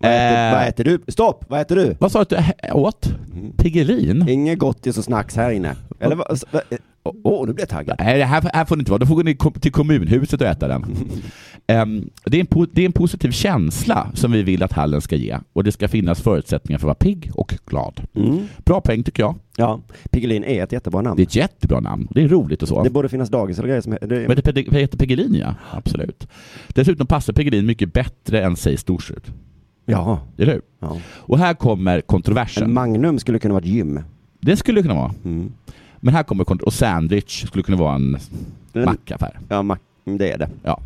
[SPEAKER 3] Vad, äter,
[SPEAKER 4] Eh.
[SPEAKER 3] vad äter du? Stopp! Vad äter du?
[SPEAKER 4] Vad sa du att du hä- åt?
[SPEAKER 3] Mm.
[SPEAKER 4] Piggelin?
[SPEAKER 3] Inget gottis och snacks här inne. Eller vad? s- vad- eh, Åh, åh, nu blir jag taggad.
[SPEAKER 4] Nej, det här, här får ni inte vara. Då får gå ni kom- till kommunhuset och äta den. Ehm, det, är en po- det är en positiv känsla som vi vill att hallen ska ge och det ska finnas förutsättningar för att vara pigg och glad.
[SPEAKER 3] Mm.
[SPEAKER 4] Bra poäng tycker jag.
[SPEAKER 3] Ja, Piggelin är ett jättebra namn.
[SPEAKER 4] Det är ett jättebra namn. Det är roligt och så.
[SPEAKER 3] Det borde finnas dagis eller grejer som heter
[SPEAKER 4] Men
[SPEAKER 3] det.
[SPEAKER 4] det heter- det heter Piggelin, ja. Absolut. Dessutom passar Piggelin mycket bättre än, säg, Storsud.
[SPEAKER 3] Jaha.
[SPEAKER 4] Eller hur?
[SPEAKER 3] Ja.
[SPEAKER 4] Och här kommer
[SPEAKER 3] En
[SPEAKER 4] kontroversen.
[SPEAKER 3] Magnum skulle kunna vara ett gym.
[SPEAKER 4] Det skulle det kunna vara.
[SPEAKER 3] Mm.
[SPEAKER 4] Men här kommer kont- Och sandwich skulle kunna vara en
[SPEAKER 3] Den-
[SPEAKER 4] mackaffär.
[SPEAKER 3] Ja, ma- det är det.
[SPEAKER 4] Ja.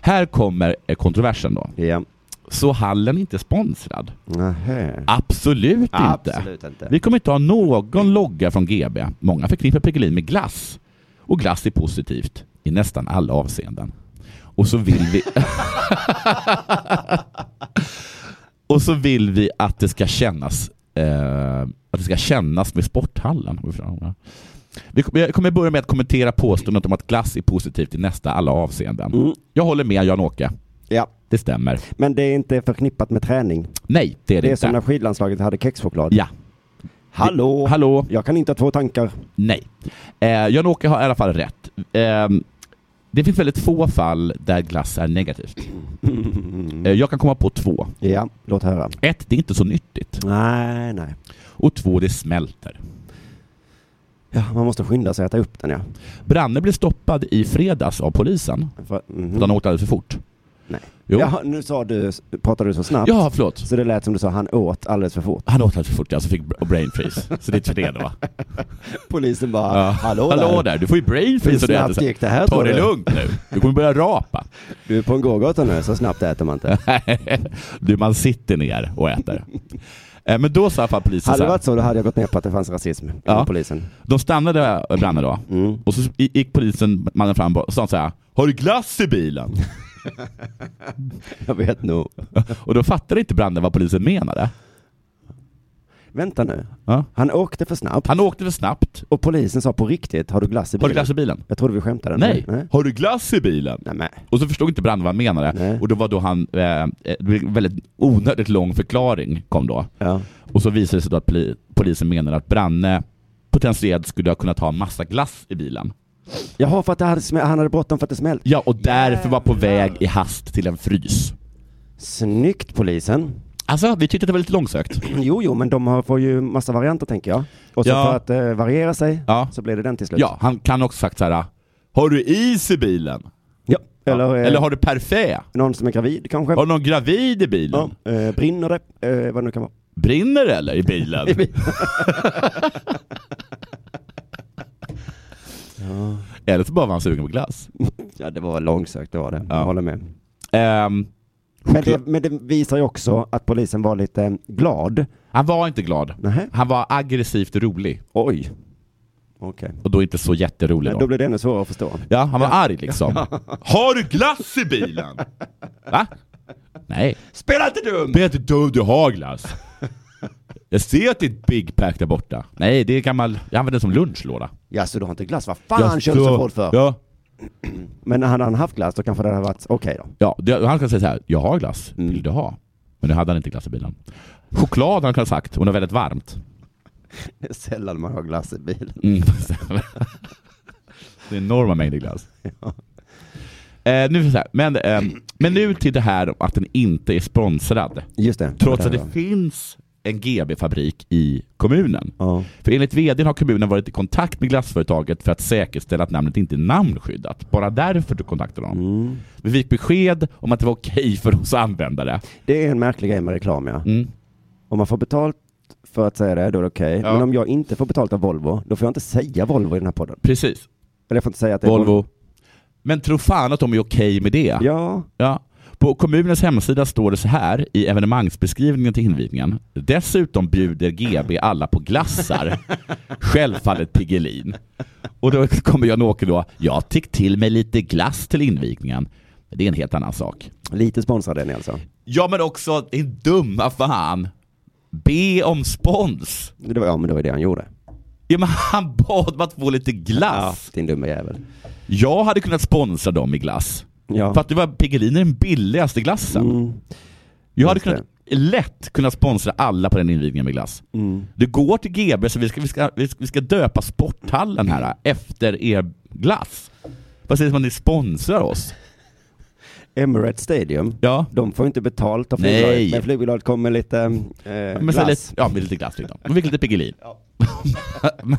[SPEAKER 4] Här kommer eh, kontroversen då.
[SPEAKER 3] Ja.
[SPEAKER 4] Så hallen är inte sponsrad?
[SPEAKER 3] Nähä.
[SPEAKER 4] Absolut inte.
[SPEAKER 3] Absolut inte.
[SPEAKER 4] Vi kommer inte ha någon logga från GB. Många förknippar Piggelin med glass. Och glass är positivt i nästan alla avseenden. Och så vill vi... och så vill vi att det ska kännas eh, att det ska kännas med sporthallen. Vi kom- Jag kommer börja med att kommentera påståendet om att glass är positivt i nästa alla avseenden.
[SPEAKER 3] Mm.
[SPEAKER 4] Jag håller med Jan-Åke.
[SPEAKER 3] Ja.
[SPEAKER 4] Det stämmer.
[SPEAKER 3] Men det är inte förknippat med träning.
[SPEAKER 4] Nej, det är det,
[SPEAKER 3] Det är
[SPEAKER 4] inte.
[SPEAKER 3] som när skidlandslaget hade kexchoklad.
[SPEAKER 4] Ja.
[SPEAKER 3] Hallå!
[SPEAKER 4] Hallå?
[SPEAKER 3] Jag kan inte ha två tankar.
[SPEAKER 4] Nej. Eh, Jan-Åke har i alla fall rätt. Ehm, det finns väldigt få fall där glass är negativt. Eh, jag kan komma på två.
[SPEAKER 3] Ja, låt höra.
[SPEAKER 4] Ett, det är inte så nyttigt.
[SPEAKER 3] Nej, nej.
[SPEAKER 4] Och två, det smälter.
[SPEAKER 3] Ja, man måste skynda sig att äta upp den, ja.
[SPEAKER 4] Branne blev stoppad i fredags av polisen.
[SPEAKER 3] För, mhm.
[SPEAKER 4] För att han åkte alldeles för fort.
[SPEAKER 3] Nej.
[SPEAKER 4] Jo.
[SPEAKER 3] Jaha, nu sa du, pratade du så snabbt.
[SPEAKER 4] Ja, förlåt.
[SPEAKER 3] Så det lät som du sa, han åt alldeles för fort.
[SPEAKER 4] Han åt alldeles för fort, alltså fick br- brain freeze. Så det är tre då va?
[SPEAKER 3] Polisen bara,
[SPEAKER 4] Ja.
[SPEAKER 3] hallå,
[SPEAKER 4] Hallå
[SPEAKER 3] där.
[SPEAKER 4] där, du får ju brain
[SPEAKER 3] Hur
[SPEAKER 4] freeze. och du
[SPEAKER 3] snabbt
[SPEAKER 4] äter så-
[SPEAKER 3] gick det här,
[SPEAKER 4] Ta
[SPEAKER 3] tror
[SPEAKER 4] det
[SPEAKER 3] du?
[SPEAKER 4] lugnt nu. Du kommer börja rapa.
[SPEAKER 3] Du är på en gågata nu, så snabbt äter man inte.
[SPEAKER 4] du, man sitter ner och äter. Eh, Men då sa i alla fall polisen
[SPEAKER 3] Hade
[SPEAKER 4] så
[SPEAKER 3] det
[SPEAKER 4] här,
[SPEAKER 3] varit så, då hade jag gått med på att det fanns rasism inom
[SPEAKER 4] Ja.
[SPEAKER 3] polisen.
[SPEAKER 4] de stannade Branne då
[SPEAKER 3] Mm.
[SPEAKER 4] och så gick polisen mannen fram och sa så här, har du glass i bilen?
[SPEAKER 3] Jag vet nog.
[SPEAKER 4] Och då fattade inte Branne vad polisen menade.
[SPEAKER 3] Vänta nu.
[SPEAKER 4] Ja.
[SPEAKER 3] Han åkte för snabbt
[SPEAKER 4] Han åkte för snabbt.
[SPEAKER 3] och polisen sa på riktigt, har du glass i bilen?
[SPEAKER 4] Har du glass i bilen?
[SPEAKER 3] Jag trodde vi skämtade.
[SPEAKER 4] Nej.
[SPEAKER 3] Nej.
[SPEAKER 4] Har du glass i bilen?
[SPEAKER 3] Nej, men.
[SPEAKER 4] Och så förstod inte Branne vad han menade.
[SPEAKER 3] Nej.
[SPEAKER 4] Och då var då han, eh, eh, det blev en väldigt onödigt lång förklaring kom då.
[SPEAKER 3] Ja.
[SPEAKER 4] Och så visade det sig då att poli- polisen menade att Branne potentiellt skulle ha kunnat ha en massa glass i bilen.
[SPEAKER 3] Jaha, för att det hade smä- han hade bråttom för att det smällde.
[SPEAKER 4] Ja, och därför var på väg i hast till en frys.
[SPEAKER 3] Snyggt polisen.
[SPEAKER 4] Alltså, vi tyckte att det var lite långsökt.
[SPEAKER 3] Jo, jo, men de har, får ju massa varianter tänker jag. Och så
[SPEAKER 4] Ja.
[SPEAKER 3] för att eh, variera sig
[SPEAKER 4] Ja.
[SPEAKER 3] så blir det den till slut.
[SPEAKER 4] Ja, han kan också sagt så här. Har du is i bilen?
[SPEAKER 3] Ja. Eller, eh,
[SPEAKER 4] Eller har du parfait?
[SPEAKER 3] någon som är gravid kanske.
[SPEAKER 4] Har du någon gravid i bilen?
[SPEAKER 3] Ja. Eh, brinner det? Eh, vad det nu kan vara.
[SPEAKER 4] Brinner det eller i bilen? Eller så bara var han sugen på glass.
[SPEAKER 3] Ja, det var långsökt, det var det.
[SPEAKER 4] Ja.
[SPEAKER 3] Jag håller med.
[SPEAKER 4] Ehm,
[SPEAKER 3] Men det, men det visar ju också att polisen var lite glad.
[SPEAKER 4] han var inte glad.
[SPEAKER 3] Nähä.
[SPEAKER 4] Han var aggressivt rolig.
[SPEAKER 3] Oj. Okej.
[SPEAKER 4] Och då inte så jätterolig
[SPEAKER 3] Nej, Då
[SPEAKER 4] då.
[SPEAKER 3] blir det ännu svårare att förstå.
[SPEAKER 4] Ja, han var arg liksom. Har du glass i bilen? Va? Nej.
[SPEAKER 3] Spela inte dum!
[SPEAKER 4] Blir inte dum, du har glass. Jag ser att ditt Big Pack där borta. Nej, det är gammal... Jag använder den som lunchlåda.
[SPEAKER 3] Ja, så du har inte glass? Vad fan
[SPEAKER 4] Jag
[SPEAKER 3] Ah, kör du så
[SPEAKER 4] tror-
[SPEAKER 3] fort för?
[SPEAKER 4] Ja,
[SPEAKER 3] Men hade han haft glass då kanske det hade varit okej då.
[SPEAKER 4] ja det, han kan säga så här. Jag har glass. Vill du ha? Men nu hade han inte glass i bilen. Choklad hade han kunnat sagt. Hon är väldigt varmt.
[SPEAKER 3] Det är sällan man har glass i bilen.
[SPEAKER 4] Mm. det är enorma mängder glass. Eh, nu, så här, men, ehm, men nu till det här att den inte är sponsrad.
[SPEAKER 3] Just det.
[SPEAKER 4] Trots att
[SPEAKER 3] det
[SPEAKER 4] det finns en GB-fabrik i kommunen.
[SPEAKER 3] Ja.
[SPEAKER 4] För enligt vdn har kommunen varit i kontakt med glassföretaget för att säkerställa att namnet inte är namnskyddat. Bara därför du kontaktade dem.
[SPEAKER 3] Mm.
[SPEAKER 4] Vi fick besked om att det var okej för oss användare.
[SPEAKER 3] Det är en märklig grej med reklam ja.
[SPEAKER 4] Mm.
[SPEAKER 3] Om man får betalt för att säga det, då är det okej.
[SPEAKER 4] Ja.
[SPEAKER 3] Men om jag inte får betalt av Volvo, då får jag inte säga Volvo i den här podden.
[SPEAKER 4] Precis.
[SPEAKER 3] Eller jag får inte säga att det är
[SPEAKER 4] Volvo. Men tro fan att de är okej med det.
[SPEAKER 3] Ja,
[SPEAKER 4] Ja. På kommunens hemsida står det så här i evenemangsbeskrivningen till invigningen. Dessutom bjuder GB alla på glassar. Självfallet Piggelin. Och då kommer Jan-Åke då. Jag tick till mig lite glass till invigningen. Men det är en helt annan sak.
[SPEAKER 3] lite sponsrad är ni alltså.
[SPEAKER 4] Ja men också, din dumma fan. Be om spons.
[SPEAKER 3] Det var, ja, men det var det han gjorde.
[SPEAKER 4] Ja men han bad om att få lite glass.
[SPEAKER 3] Din dumma jävel.
[SPEAKER 4] Jag hade kunnat sponsra dem i glass.
[SPEAKER 3] Ja.
[SPEAKER 4] För att det var Piggelin är den billigaste glassen.
[SPEAKER 3] Mm.
[SPEAKER 4] Jag hade
[SPEAKER 3] Just
[SPEAKER 4] kunnat, lätt kunnat sponsra alla på den invigningen med glass.
[SPEAKER 3] Mm.
[SPEAKER 4] Du går till GB så vi ska, vi ska, vi ska, vi ska döpa sporthallen här efter er glass. Vad sägs om att ni sponsrar oss?
[SPEAKER 3] Emirates Stadium.
[SPEAKER 4] Ja.
[SPEAKER 3] De får inte betalt av
[SPEAKER 4] Nej.
[SPEAKER 3] flygbolaget, men flygbolaget kommer lite eh,
[SPEAKER 4] Men så
[SPEAKER 3] glass.
[SPEAKER 4] lite, ja, med lite glass fick de. De fick lite Piggelin. Men,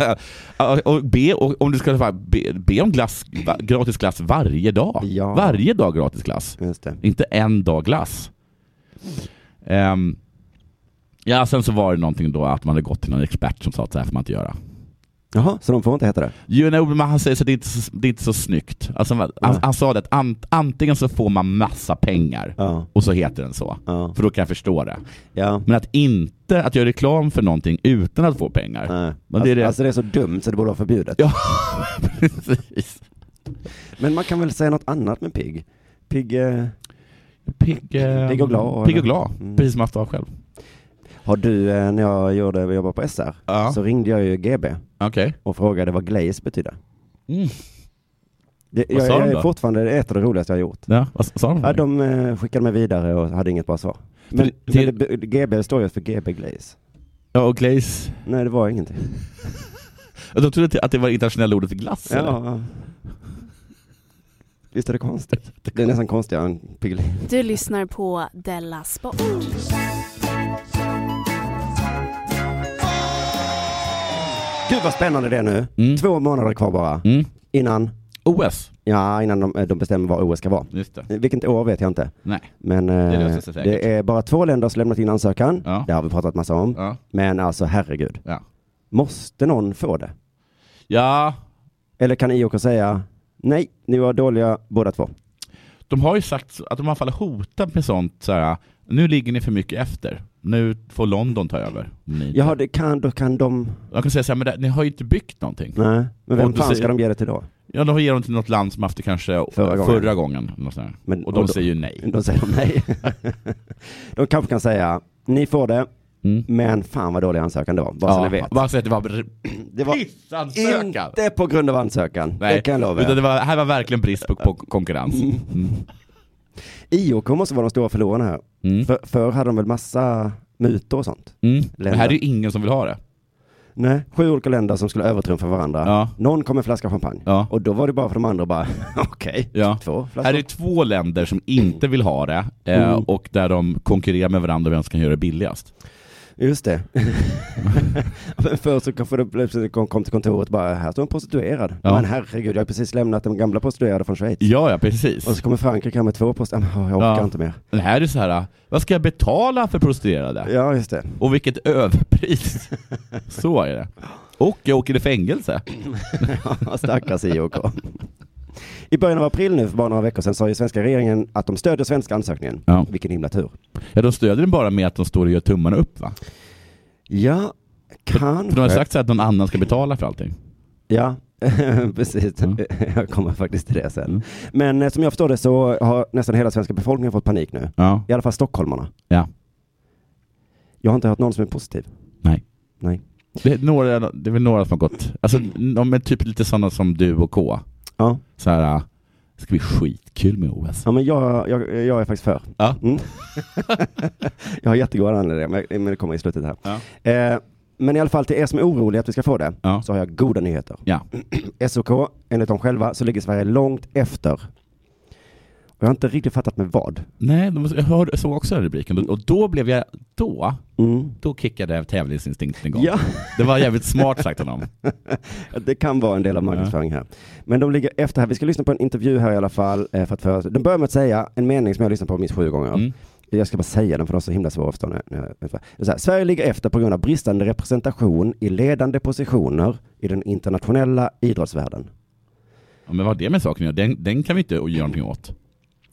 [SPEAKER 4] ja, och be, och om du ska vara- be, be om glass, va- gratis glass varje dag.
[SPEAKER 3] Ja.
[SPEAKER 4] Varje dag gratis glass.
[SPEAKER 3] Just det.
[SPEAKER 4] Inte en dag glass. Ehm, ja, sen så var det någonting då att man hade gått till någon expert som sa att så här får man inte göra.
[SPEAKER 3] Jaha, så de får inte heta det?
[SPEAKER 4] Jo, nej, men han säger så att det är inte så, det är inte så snyggt. Alltså, han,
[SPEAKER 3] Nej.
[SPEAKER 4] han sa det att an, antingen så får man massa pengar
[SPEAKER 3] Ja.
[SPEAKER 4] och så heter den så.
[SPEAKER 3] Ja.
[SPEAKER 4] För då kan jag förstå det.
[SPEAKER 3] ja.
[SPEAKER 4] Men att inte, att göra reklam för någonting utan att få pengar.
[SPEAKER 3] Nej.
[SPEAKER 4] Men
[SPEAKER 3] alltså,
[SPEAKER 4] det är
[SPEAKER 3] det...
[SPEAKER 4] det.
[SPEAKER 3] alltså det är så dumt så det borde vara förbjudet.
[SPEAKER 4] Ja, precis.
[SPEAKER 3] Men man kan väl säga något annat med pigg? Pigg, eh,
[SPEAKER 4] Pigg, eh,
[SPEAKER 3] Pigg och glad,
[SPEAKER 4] Pigg
[SPEAKER 3] eller?
[SPEAKER 4] och glad.
[SPEAKER 3] Mm.
[SPEAKER 4] Precis som han sa själv.
[SPEAKER 3] har du, eh, när jag gjorde, jobbade på SR,
[SPEAKER 4] Ja.
[SPEAKER 3] så ringde jag ju GB
[SPEAKER 4] Okej.
[SPEAKER 3] och frågade vad glaze betydde.
[SPEAKER 4] Mm.
[SPEAKER 3] Det,
[SPEAKER 4] Vad
[SPEAKER 3] jag,
[SPEAKER 4] sa de
[SPEAKER 3] jag är
[SPEAKER 4] då?
[SPEAKER 3] fortfarande det är ett av det roligaste jag har gjort.
[SPEAKER 4] Ja, vad sa de?
[SPEAKER 3] Ja, de eh, skickade mig vidare och hade inget bra svar. Men,
[SPEAKER 4] det-
[SPEAKER 3] men det, GB står ju för GB Glaze.
[SPEAKER 4] Ja, och glaze.
[SPEAKER 3] Nej, det var ingenting.
[SPEAKER 4] Jag trodde att det- att det var det internationella ordet för glass. eller?
[SPEAKER 3] Ja. Visst är det konstigt? Det är nästan konstigare än Piggelin.
[SPEAKER 2] Du lyssnar på Della Sport.
[SPEAKER 3] Gud vad spännande det är nu.
[SPEAKER 4] Mm.
[SPEAKER 3] Två månader kvar bara.
[SPEAKER 4] Mm.
[SPEAKER 3] Innan,
[SPEAKER 4] OS.
[SPEAKER 3] ja, innan de, de bestämmer vad OS ska vara.
[SPEAKER 4] Just det.
[SPEAKER 3] Vilket år vet jag inte.
[SPEAKER 4] Nej.
[SPEAKER 3] Men
[SPEAKER 4] löser
[SPEAKER 3] eh,
[SPEAKER 4] sig säkert.
[SPEAKER 3] det är bara två länder som lämnat in ansökan.
[SPEAKER 4] Ja.
[SPEAKER 3] Det har vi pratat massa om.
[SPEAKER 4] Ja.
[SPEAKER 3] Men alltså herregud.
[SPEAKER 4] Ja.
[SPEAKER 3] Måste någon få det?
[SPEAKER 4] ja.
[SPEAKER 3] Eller kan IOK säga nej, ni var dåliga båda två?
[SPEAKER 4] De har ju sagt så- att de i alla fall hotat med sånt så här. nu ligger ni för mycket efter. Nu får London ta över. om Ni inte-
[SPEAKER 3] Jaha, det kan, då kan de...
[SPEAKER 4] Jag kan säga så här, men det, ni har ju inte byggt någonting.
[SPEAKER 3] Nej, men vem
[SPEAKER 4] Om du
[SPEAKER 3] fan ska
[SPEAKER 4] säger-
[SPEAKER 3] de ge det till då?
[SPEAKER 4] Ja, de har gett dem till något land som haft det kanske
[SPEAKER 3] Förra
[SPEAKER 4] förra
[SPEAKER 3] gången.
[SPEAKER 4] gången. Förra gången något sånt där.
[SPEAKER 3] Men-
[SPEAKER 4] och de
[SPEAKER 3] och då-
[SPEAKER 4] säger ju nej.
[SPEAKER 3] Då säger de nej. de kanske kan säga, ni får det,
[SPEAKER 4] Mm.
[SPEAKER 3] men fan vad dålig ansökan det var, bara så ni vet.
[SPEAKER 4] bara så att det var
[SPEAKER 3] Det var
[SPEAKER 4] pissansökan.
[SPEAKER 3] inte på grund av ansökan,
[SPEAKER 4] Nej,
[SPEAKER 3] det kan jag lova
[SPEAKER 4] utan det
[SPEAKER 3] er.
[SPEAKER 4] var, här var verkligen brist på, på konkurrens. Mm.
[SPEAKER 3] IOK måste vara de stora förlorarna här.
[SPEAKER 4] Mm.
[SPEAKER 3] För, förr hade de väl massa mutor och sånt?
[SPEAKER 4] Mm. Men här är ju ingen som vill ha det.
[SPEAKER 3] Nej, sju olika länder som skulle övertrumfa varandra.
[SPEAKER 4] Ja.
[SPEAKER 3] Någon kom med en flaska champagne.
[SPEAKER 4] Ja.
[SPEAKER 3] Och då var det bara för de andra att bara, okej,
[SPEAKER 4] Ja.
[SPEAKER 3] två flaskor.
[SPEAKER 4] Här är två länder som inte vill ha det eh,
[SPEAKER 3] Mm.
[SPEAKER 4] och där de konkurrerar med varandra vem som kan göra det billigast.
[SPEAKER 3] Just det. Men först så kanske det plötsligt kom, kom till kontoret och bara, här står en prostituerad.
[SPEAKER 4] Ja.
[SPEAKER 3] Men herregud, jag har precis lämnat den gamla prostituerade från Schweiz.
[SPEAKER 4] Ja, ja precis.
[SPEAKER 3] Och så kommer Frankrike här med två prostituerade, jag orkar
[SPEAKER 4] Ja.
[SPEAKER 3] inte mer.
[SPEAKER 4] Men här är det så här, vad ska jag betala för prostituerade?
[SPEAKER 3] Ja, just det.
[SPEAKER 4] Och vilket överpris! så är det. Och jag åker i fängelse.
[SPEAKER 3] Ja, Stackars IOK. I början av april nu, för bara några veckor sedan, sa ju svenska regeringen att de stödjer svenska ansökningen.
[SPEAKER 4] Ja.
[SPEAKER 3] Vilken himla tur.
[SPEAKER 4] Ja, de stödjer den bara med att de står och gör tummarna upp va?
[SPEAKER 3] Ja, kanske.
[SPEAKER 4] För de har sagt så här att någon annan ska betala för allting.
[SPEAKER 3] Ja, precis.
[SPEAKER 4] Mm.
[SPEAKER 3] Jag kommer faktiskt till det sen.
[SPEAKER 4] Mm.
[SPEAKER 3] Men eh, som jag förstår det så har nästan hela svenska befolkningen fått panik nu.
[SPEAKER 4] Ja.
[SPEAKER 3] I alla fall stockholmarna.
[SPEAKER 4] ja.
[SPEAKER 3] Jag har inte hört någon som är positiv.
[SPEAKER 4] Nej.
[SPEAKER 3] Nej.
[SPEAKER 4] Det är, några, det är väl några som har gått, alltså de är typ lite sådana som du och K.
[SPEAKER 3] Ja,
[SPEAKER 4] Så här, äh, det ska bli skitkul med OS.
[SPEAKER 3] ja men jag, jag, jag är faktiskt för.
[SPEAKER 4] Ja.
[SPEAKER 3] Mm. jag har jättegoda anledningar, men- men det kommer i slutet här.
[SPEAKER 4] Ja.
[SPEAKER 3] Eh, men i alla fall till er som är oroliga att vi ska få det,
[SPEAKER 4] Ja.
[SPEAKER 3] så har jag goda nyheter.
[SPEAKER 4] Ja.
[SPEAKER 3] SOK, enligt dem själva, så ligger Sverige långt efter. Och jag har inte riktigt fattat med vad.
[SPEAKER 4] Nej, de- jag hörde, såg också den rubriken och- och då blev jag, då,
[SPEAKER 3] Mm.
[SPEAKER 4] då kickade tävlingsinstinkten igång.
[SPEAKER 3] Ja,
[SPEAKER 4] Det var jävligt smart sagt av dem.
[SPEAKER 3] det kan vara en del av marknadsföring här. Men de ligger efter här. Vi ska lyssna på en intervju här i alla fall. eh, För att för, de börjar med att säga en mening som jag har lyssnat på minst sju gånger.
[SPEAKER 4] Mm.
[SPEAKER 3] Jag ska bara säga den för de är så himla svåra att förstå. när- när jag- Det är så här, Sverige ligger efter på grund av bristande representation i ledande positioner i den internationella idrottsvärlden.
[SPEAKER 4] Ja, men vad har det med saken att göra? den, den kan vi inte göra någonting åt.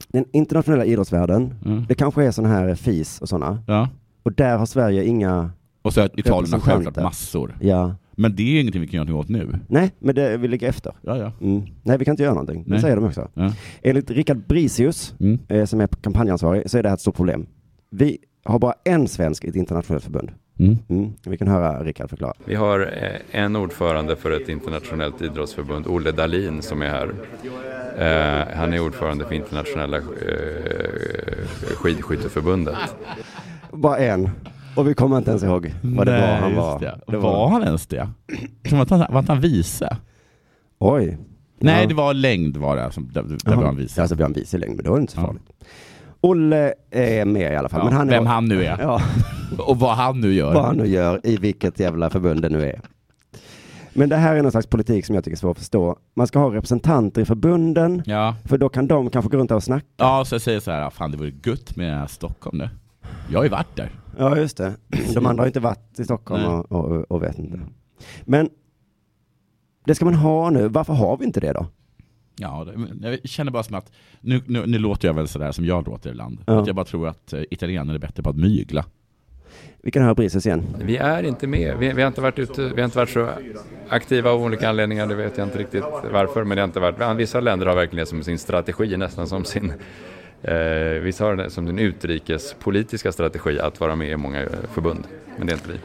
[SPEAKER 3] Den internationella idrottsvärlden,
[SPEAKER 4] Mm.
[SPEAKER 3] det kanske är sådana här FIS och sådana.
[SPEAKER 4] Ja.
[SPEAKER 3] Och där har Sverige inga,
[SPEAKER 4] Och så har Italien har självklart
[SPEAKER 3] Representanter.
[SPEAKER 4] massor.
[SPEAKER 3] ja,
[SPEAKER 4] Men det är ju ingenting vi kan göra någonting åt nu.
[SPEAKER 3] nej, men det, vi ligger efter.
[SPEAKER 4] Ja, ja.
[SPEAKER 3] Mm. Nej, vi kan inte göra någonting. Det
[SPEAKER 4] Nej.
[SPEAKER 3] säger de också.
[SPEAKER 4] Ja.
[SPEAKER 3] Enligt Rickard Brisius,
[SPEAKER 4] Mm.
[SPEAKER 3] eh, som är kampanjansvarig, så är det här ett stort problem. Vi har bara en svensk i ett internationellt förbund.
[SPEAKER 4] Mm.
[SPEAKER 3] Mm. Vi kan höra Rickard förklara.
[SPEAKER 5] Vi har eh, en ordförande för ett internationellt idrottsförbund, Olle Dahlin, som är här. Eh, Han är ordförande för internationella eh, skidskytteförbundet.
[SPEAKER 3] Bara en. Och vi kommer inte ens ihåg vad det var
[SPEAKER 4] Nej,
[SPEAKER 3] han
[SPEAKER 4] just
[SPEAKER 3] var.
[SPEAKER 4] Det.
[SPEAKER 3] Det
[SPEAKER 4] var... han ens det? Som att han, var inte han vice?
[SPEAKER 3] Oj.
[SPEAKER 4] Nej,
[SPEAKER 3] Ja.
[SPEAKER 4] det var längd var det, som, där, där
[SPEAKER 3] Jaha.
[SPEAKER 4] var han vice.
[SPEAKER 3] Alltså vi har en vice längd, men då är det inte så
[SPEAKER 4] Ja.
[SPEAKER 3] farligt. Olle är med i alla fall.
[SPEAKER 4] Ja,
[SPEAKER 3] men han är,
[SPEAKER 4] Vem han nu är.
[SPEAKER 3] Ja,
[SPEAKER 4] Och vad han nu gör.
[SPEAKER 3] vad han nu gör i vilket jävla förbund det nu är. Men det här är någon slags politik som jag tycker är svår att förstå. Man ska ha representanter i förbunden,
[SPEAKER 4] Ja.
[SPEAKER 3] för då kan de kanske gå runt där och snacka.
[SPEAKER 4] ja, så jag säger så här, "Ah, fan det vore gött med Stockholm nu. Jag har ju varit där.
[SPEAKER 3] Ja, just det. De andra har inte varit i Stockholm
[SPEAKER 4] Nej.
[SPEAKER 3] och, och, och vet inte. Men det ska man ha nu. Varför har vi inte det då?
[SPEAKER 4] Ja, det- men jag känner bara som att, nu, nu, nu låter jag väl sådär som jag låter ibland.
[SPEAKER 3] Ja.
[SPEAKER 4] Att jag bara tror att eh, italienare är bättre på att mygla.
[SPEAKER 3] Vi kan höra Brises igen.
[SPEAKER 5] Vi är inte med. Vi, vi, har inte varit ute, vi har inte varit så aktiva av olika anledningar. Det vet jag inte riktigt varför. Men det har inte varit. Vissa länder har verkligen det som sin strategi, nästan som sin... Eh, vissa har det som sin utrikespolitiska strategi att vara med i många eh, förbund. Men det är inte vi.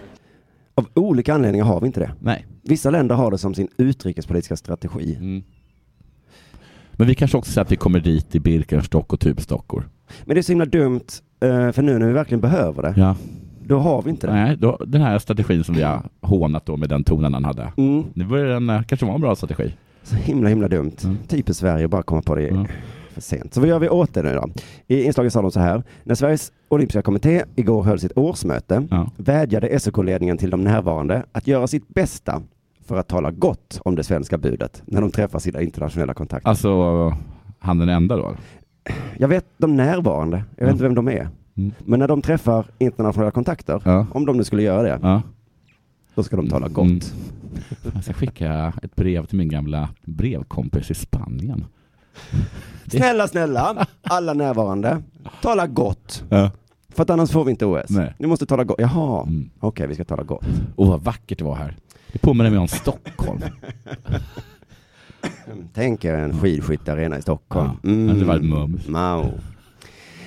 [SPEAKER 3] Av olika anledningar har vi inte det.
[SPEAKER 4] Nej. Mm.
[SPEAKER 3] Vissa länder har det som sin utrikespolitiska strategi.
[SPEAKER 4] Men vi kanske också säger att vi kommer dit i Birkenstock och typ tubstockor.
[SPEAKER 3] Men det är så himla dumt, eh, för nu när vi verkligen behöver det,
[SPEAKER 4] Ja.
[SPEAKER 3] Då har vi inte det.
[SPEAKER 4] Nej, då, den här strategin som vi har hånat då med den tonen han hade.
[SPEAKER 3] Mm.
[SPEAKER 4] Nu var den eh, kanske var en bra strategi.
[SPEAKER 3] Så himla, himla dumt.
[SPEAKER 4] Mm.
[SPEAKER 3] Typiskt Sverige att bara komma på det
[SPEAKER 4] Ja.
[SPEAKER 3] för sent. Så vad gör vi åt det nu då? I inslaget sa de så här. När Sveriges olympiska kommitté igår höll sitt årsmöte
[SPEAKER 4] Ja.
[SPEAKER 3] vädjade SOK-ledningen till de närvarande att göra sitt bästa för att tala gott om det svenska budet när de träffar sina internationella kontakter.
[SPEAKER 4] Alltså, han den enda då?
[SPEAKER 3] Jag vet de närvarande, jag vet
[SPEAKER 4] Mm.
[SPEAKER 3] inte vem de är.
[SPEAKER 4] Mm.
[SPEAKER 3] Men när de träffar internationella kontakter,
[SPEAKER 4] Ja.
[SPEAKER 3] om de nu skulle göra det,
[SPEAKER 4] ja.
[SPEAKER 3] då ska de tala gott.
[SPEAKER 4] Mm. Jag ska skicka ett brev till min gamla brevkompis i Spanien.
[SPEAKER 3] Snälla, snälla, alla närvarande, tala gott. För att annars får vi inte OS.
[SPEAKER 4] Nej.
[SPEAKER 3] Ni måste tala gott. Jaha,
[SPEAKER 4] Mm.
[SPEAKER 3] okej, vi ska tala gott.
[SPEAKER 4] Och vad vackert det var här. Det påminner mig om Stockholm.
[SPEAKER 3] Tänk er en skidskyttearena i Stockholm.
[SPEAKER 4] Ja, det var ett mums.
[SPEAKER 3] Mao.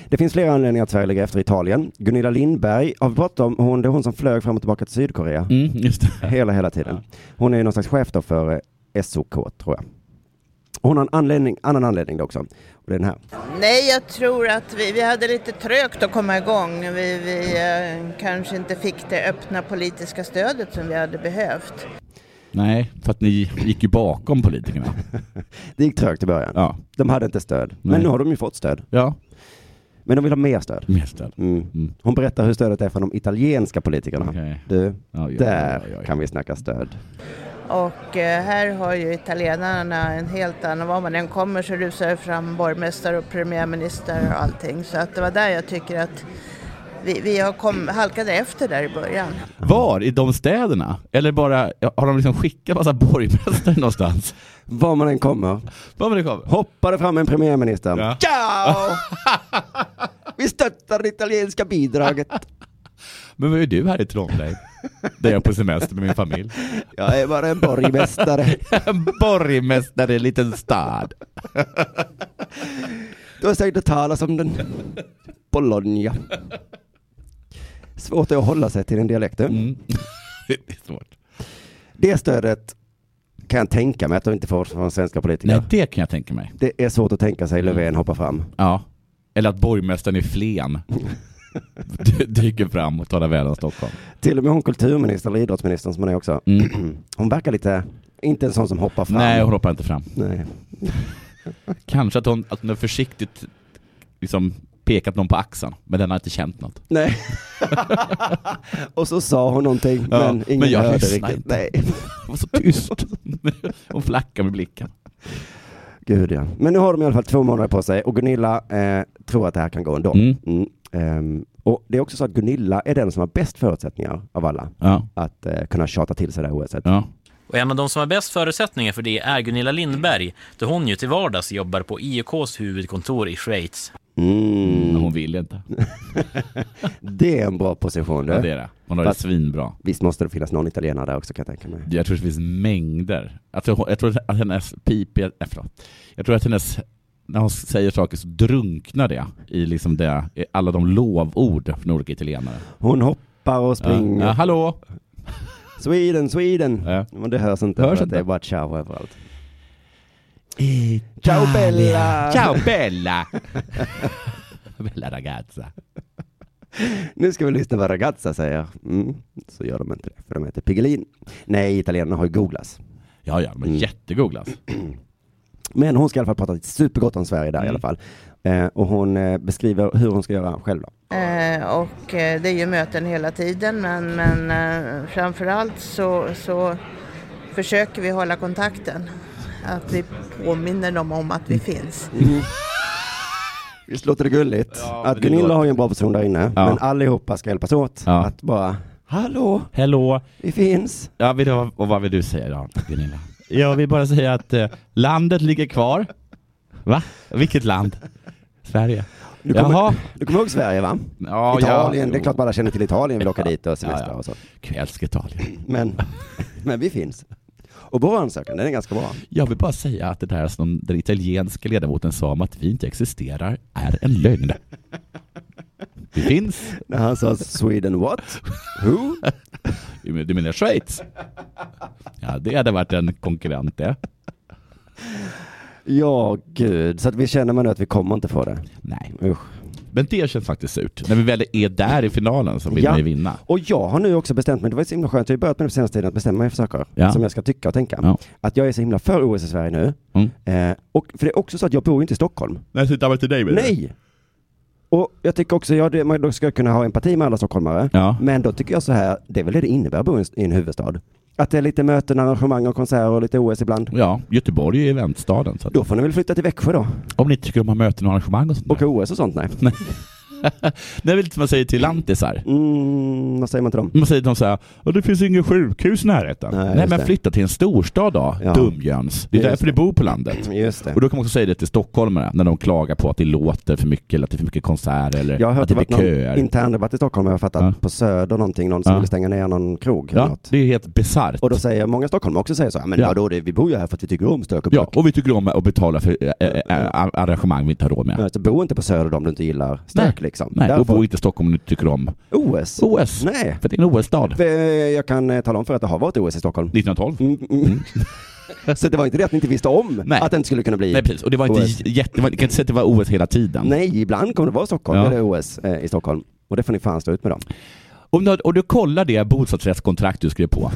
[SPEAKER 3] Det finns flera anledningar att Sverige ligger efter Italien. Gunilla Lindberg, har vi pratat om hon, det är hon som flög fram och tillbaka till Sydkorea
[SPEAKER 4] Mm, just det.
[SPEAKER 3] hela, hela tiden. Hon är ju någon slags chef då för eh, SOK, tror jag. Och Hon har en anledning, annan anledning då också, och det är den här.
[SPEAKER 6] Nej, jag tror att vi, vi hade lite trögt att komma igång. Vi, vi eh, kanske inte fick det öppna politiska stödet som vi hade behövt.
[SPEAKER 4] Nej, för att ni gick ju bakom politikerna.
[SPEAKER 3] Det gick trögt i början.
[SPEAKER 4] Ja,
[SPEAKER 3] De hade inte stöd, men
[SPEAKER 4] Nej.
[SPEAKER 3] nu har de ju fått stöd.
[SPEAKER 4] ja.
[SPEAKER 3] Men de vill ha mer stöd.
[SPEAKER 4] mer stöd.
[SPEAKER 3] Mm.
[SPEAKER 4] Mm.
[SPEAKER 3] Hon berättar hur stödet är från de italienska politikerna.
[SPEAKER 4] Okej.
[SPEAKER 3] Du,
[SPEAKER 4] Ja, ja,
[SPEAKER 3] där
[SPEAKER 4] ja, ja, ja.
[SPEAKER 3] kan vi snacka stöd.
[SPEAKER 6] Och eh, här har ju italienarna en helt annan, var man än kommer så rusar det fram borgmästare och premiärminister och allting. Så att det var där jag tycker att vi, vi har kom, halkade efter där i början.
[SPEAKER 4] Var? I de städerna? Eller bara, har de liksom skickat massa borgmästare någonstans?
[SPEAKER 3] Var man än kommer.
[SPEAKER 4] Vad men det kom?
[SPEAKER 3] Hoppade fram en premiärminister.
[SPEAKER 4] Ja.
[SPEAKER 3] Ciao! vi stöttar det italienska bidraget.
[SPEAKER 4] Men vad är du här i Trondheim? Där jag är på semester med min familj.
[SPEAKER 3] Jag är bara en borgmästare.
[SPEAKER 4] Borgmästare i en liten stad.
[SPEAKER 3] Du har säkert hört talas om den. Bologna. Svårt att hålla sig till den dialekten.
[SPEAKER 4] Mm. Det är svårt.
[SPEAKER 3] Det stödet kan jag tänka mig att de inte får från svenska politiker.
[SPEAKER 4] Nej, Mm. det kan jag tänka mig.
[SPEAKER 3] Det är svårt att tänka sig Löfven hoppa fram.
[SPEAKER 4] Ja. Eller att borgmästaren i Flen d- dyker fram och talar väl om Stockholm.
[SPEAKER 3] Till och med hon kulturministern eller idrottsministern som hon är också.
[SPEAKER 4] Mm.
[SPEAKER 3] Hon verkar lite, inte en sån som hoppar fram.
[SPEAKER 4] Nej, hon hoppar inte fram.
[SPEAKER 3] Nej.
[SPEAKER 4] Kanske att hon, att hon har försiktigt liksom pekat någon på axeln, men den har inte känt något.
[SPEAKER 3] Nej. och så sa hon någonting,
[SPEAKER 4] Ja,
[SPEAKER 3] men
[SPEAKER 4] men
[SPEAKER 3] ingen
[SPEAKER 4] jag
[SPEAKER 3] hörde
[SPEAKER 4] lyssnar
[SPEAKER 3] riktigt.
[SPEAKER 4] inte.
[SPEAKER 3] Nej.
[SPEAKER 4] Det var så tyst. Hon flackar med blicken.
[SPEAKER 3] Gud ja. Men nu har de i alla fall två månader på sig och Gunilla eh, tror att det här kan gå ändå.
[SPEAKER 4] Mm.
[SPEAKER 3] Ehm, och det är också så att Gunilla är den som har bäst förutsättningar av alla
[SPEAKER 4] Ja,
[SPEAKER 3] att eh, kunna tjata till sig det här OSet.
[SPEAKER 4] ja.
[SPEAKER 7] Och en av de som har bäst förutsättningar för det är Gunilla Lindberg, då hon ju till vardags jobbar på IOKs huvudkontor i Schweiz.
[SPEAKER 3] Mm.
[SPEAKER 4] Men hon vill inte.
[SPEAKER 3] Det är en bra position du.
[SPEAKER 4] Ja, det är det. Hon har det
[SPEAKER 3] Fast-
[SPEAKER 4] svinbra.
[SPEAKER 3] Visst måste det finnas någon italienare där också kan jag tänka mig.
[SPEAKER 4] Jag tror det finns mängder. Alltså, hon- jag tror att hennes pipiga, nej, förlåt. Jag tror att hennes, när hon säger saker så drunknar det i liksom det, i alla de lovord från olika italienare.
[SPEAKER 3] Hon hoppar och
[SPEAKER 4] Ja.
[SPEAKER 3] springer.
[SPEAKER 4] Ja, hallå!
[SPEAKER 3] Sweden, Sweden.
[SPEAKER 4] Ja.
[SPEAKER 3] Men det hörs inte.
[SPEAKER 4] Hörs
[SPEAKER 3] för att
[SPEAKER 4] inte.
[SPEAKER 3] Det är bara ciao överallt. Ciao Bella!
[SPEAKER 4] Ciao Bella! Bella ragazza.
[SPEAKER 3] Nu ska vi lyssna vad ragazza säger. Mm. Så gör de inte det, för de heter Piggelin. Nej, italienarna har ju googlas.
[SPEAKER 4] Ja, ja, de är
[SPEAKER 3] Mm.
[SPEAKER 4] jättegooglas.
[SPEAKER 3] Men hon ska i alla fall prata supergott om Sverige där i
[SPEAKER 4] Mm.
[SPEAKER 3] alla fall. Eh, och hon eh, beskriver hur hon ska göra själv då.
[SPEAKER 6] Eh, och eh, det är ju möten hela tiden men, men eh, framförallt så, så försöker vi hålla kontakten. Att vi påminner dem om att vi finns.
[SPEAKER 3] Visst låter det gulligt?
[SPEAKER 4] Ja, men
[SPEAKER 3] att
[SPEAKER 4] det
[SPEAKER 3] Gunilla
[SPEAKER 4] låter-
[SPEAKER 3] har ju en bra person där inne,
[SPEAKER 4] Ja.
[SPEAKER 3] men allihopa ska hjälpas åt
[SPEAKER 4] Ja.
[SPEAKER 3] att bara Hallå,
[SPEAKER 4] Hallå!
[SPEAKER 3] vi finns.
[SPEAKER 4] Ja, vill du, och vad vill du säga då, Gunilla? Jag vill bara säga att eh, landet ligger kvar. Va? Vilket land? Sverige.
[SPEAKER 3] Du kommer,
[SPEAKER 4] Jaha.
[SPEAKER 3] du kommer ihåg Sverige va?
[SPEAKER 4] Ja,
[SPEAKER 3] Italien,
[SPEAKER 4] ja,
[SPEAKER 3] det är klart
[SPEAKER 4] jo.
[SPEAKER 3] man alla känner till Italien, vill åka dit och semestra
[SPEAKER 4] Ja, ja.
[SPEAKER 3] och så.
[SPEAKER 4] Gud, jag älskar Italien.
[SPEAKER 3] Men, men vi finns. Och vår ansökan, den är ganska bra.
[SPEAKER 4] Jag vill bara säga att det där som den italienska ledamoten sa om att vi inte existerar är en lögn. Vi finns.
[SPEAKER 3] När han sa Sweden what? Who?
[SPEAKER 4] Du menar Schweiz? Ja, det hade varit en konkurrent det.
[SPEAKER 3] Ja, gud. Så att vi känner man nu att vi kommer inte få det.
[SPEAKER 4] Nej.
[SPEAKER 3] Usch.
[SPEAKER 4] Men det känns faktiskt surt. När vi väl är där i finalen så vill
[SPEAKER 3] Ja.
[SPEAKER 4] man ju vinna.
[SPEAKER 3] Och jag har nu också bestämt mig, det var så himla skönt, jag har ju börjat med det på senaste tiden, att bestämma mig för saker
[SPEAKER 4] Ja.
[SPEAKER 3] som jag ska tycka och tänka.
[SPEAKER 4] Ja.
[SPEAKER 3] Att jag är så himla för OS i Sverige nu.
[SPEAKER 4] Mm.
[SPEAKER 3] Eh, och, för det är också så att jag bor ju inte i Stockholm.
[SPEAKER 4] Nej, så till dig
[SPEAKER 3] Nej! Och jag tycker också, ja, det, man då ska jag kunna ha empati med alla stockholmare.
[SPEAKER 4] Ja.
[SPEAKER 3] Men då tycker jag så här, det är väl det det innebär att bo i en- i en huvudstad. Att det är lite möten, arrangemang och konserter och lite OS ibland.
[SPEAKER 4] Ja, Göteborg är ju eventstaden. Så att,
[SPEAKER 3] Då får ni väl flytta till Växjö då.
[SPEAKER 4] om ni inte tycker om att ha möten och arrangemang och sånt
[SPEAKER 3] Och
[SPEAKER 4] där.
[SPEAKER 3] OS och sånt, nej.
[SPEAKER 4] Det är väl lite som man säger till lantisar.
[SPEAKER 3] Mm, vad säger man till dem?
[SPEAKER 4] Man säger till dem så här, "Ja, det finns inget sjukhus i närheten.
[SPEAKER 3] Nej,
[SPEAKER 4] Nej,
[SPEAKER 3] just
[SPEAKER 4] men
[SPEAKER 3] det.
[SPEAKER 4] flytta till en storstad då,
[SPEAKER 3] Ja.
[SPEAKER 4] dumjöns. Det är
[SPEAKER 3] Just
[SPEAKER 4] därför ni bor på landet.
[SPEAKER 3] Just det.
[SPEAKER 4] Och då kan man också säga det till stockholmare när de klagar på att det låter för mycket eller att det är för mycket konserter eller
[SPEAKER 3] Jag har hört
[SPEAKER 4] att det
[SPEAKER 3] det
[SPEAKER 4] blir
[SPEAKER 3] varit någon
[SPEAKER 4] köer.
[SPEAKER 3] intern debatt i Stockholm, jag har fattat,
[SPEAKER 4] Ja.
[SPEAKER 3] på Söder någonting, någon som
[SPEAKER 4] Ja.
[SPEAKER 3] ville stänga ner någon krog. eller
[SPEAKER 4] Ja,
[SPEAKER 3] något.
[SPEAKER 4] det är helt bisarrt.
[SPEAKER 3] Och då säger många stockholmare också säger så, här, men
[SPEAKER 4] Ja.
[SPEAKER 3] vadå, det, vi bor ju här för att vi tycker om stök och
[SPEAKER 4] Ja,
[SPEAKER 3] bråk.
[SPEAKER 4] och vi tycker om att betala för eh, eh, eh, arrangemang vi inte har råd med.
[SPEAKER 3] Ja. Så alltså, bo inte på Söder om du inte gillar stök liksom.
[SPEAKER 4] Nej,
[SPEAKER 3] Därför
[SPEAKER 4] och bo inte i Stockholm om du inte tycker om
[SPEAKER 3] OS.
[SPEAKER 4] OS.
[SPEAKER 3] Nej.
[SPEAKER 4] För det är en OS-stad.
[SPEAKER 3] Eh, Jag kan eh, tala om för er att det har varit OS i Stockholm.
[SPEAKER 4] 1912.
[SPEAKER 3] Mm, mm. så det var inte det att ni inte visste om
[SPEAKER 4] Nej.
[SPEAKER 3] att det inte skulle kunna bli.
[SPEAKER 4] Nej, precis. Och det var inte
[SPEAKER 3] OS.
[SPEAKER 4] jätte... det var- Jag kan inte säga att det var OS hela tiden.
[SPEAKER 3] Nej, ibland kommer det vara Stockholm,
[SPEAKER 4] Ja. Alltså.
[SPEAKER 3] eller OS eh, i Stockholm. Och det får ni fan stå ut med dem.
[SPEAKER 4] Om du, om du kollar det bostadsrättskontrakt du skrev på,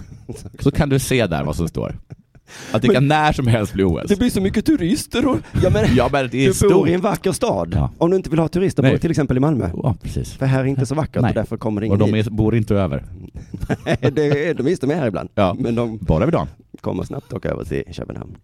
[SPEAKER 4] så kan du se där vad som står. Att det kan när som helst bli OS.
[SPEAKER 3] blir så mycket turister och... Ja, men,
[SPEAKER 4] Ja, men det är
[SPEAKER 3] du bor
[SPEAKER 4] stort.
[SPEAKER 3] i en vacker stad.
[SPEAKER 4] Ja.
[SPEAKER 3] Om du inte vill ha turister,
[SPEAKER 4] Nej.
[SPEAKER 3] bor till exempel i Malmö.
[SPEAKER 4] Ja, precis.
[SPEAKER 3] För här är inte så vackert
[SPEAKER 4] Nej.
[SPEAKER 3] och därför kommer det
[SPEAKER 4] Och
[SPEAKER 3] ingen
[SPEAKER 4] de
[SPEAKER 3] hit.
[SPEAKER 4] är, bor inte över.
[SPEAKER 3] det är, de visst, de är här ibland.
[SPEAKER 4] Ja.
[SPEAKER 3] Men de
[SPEAKER 4] Bara vid dagen.
[SPEAKER 3] kommer snabbt åka över till Köpenhamn.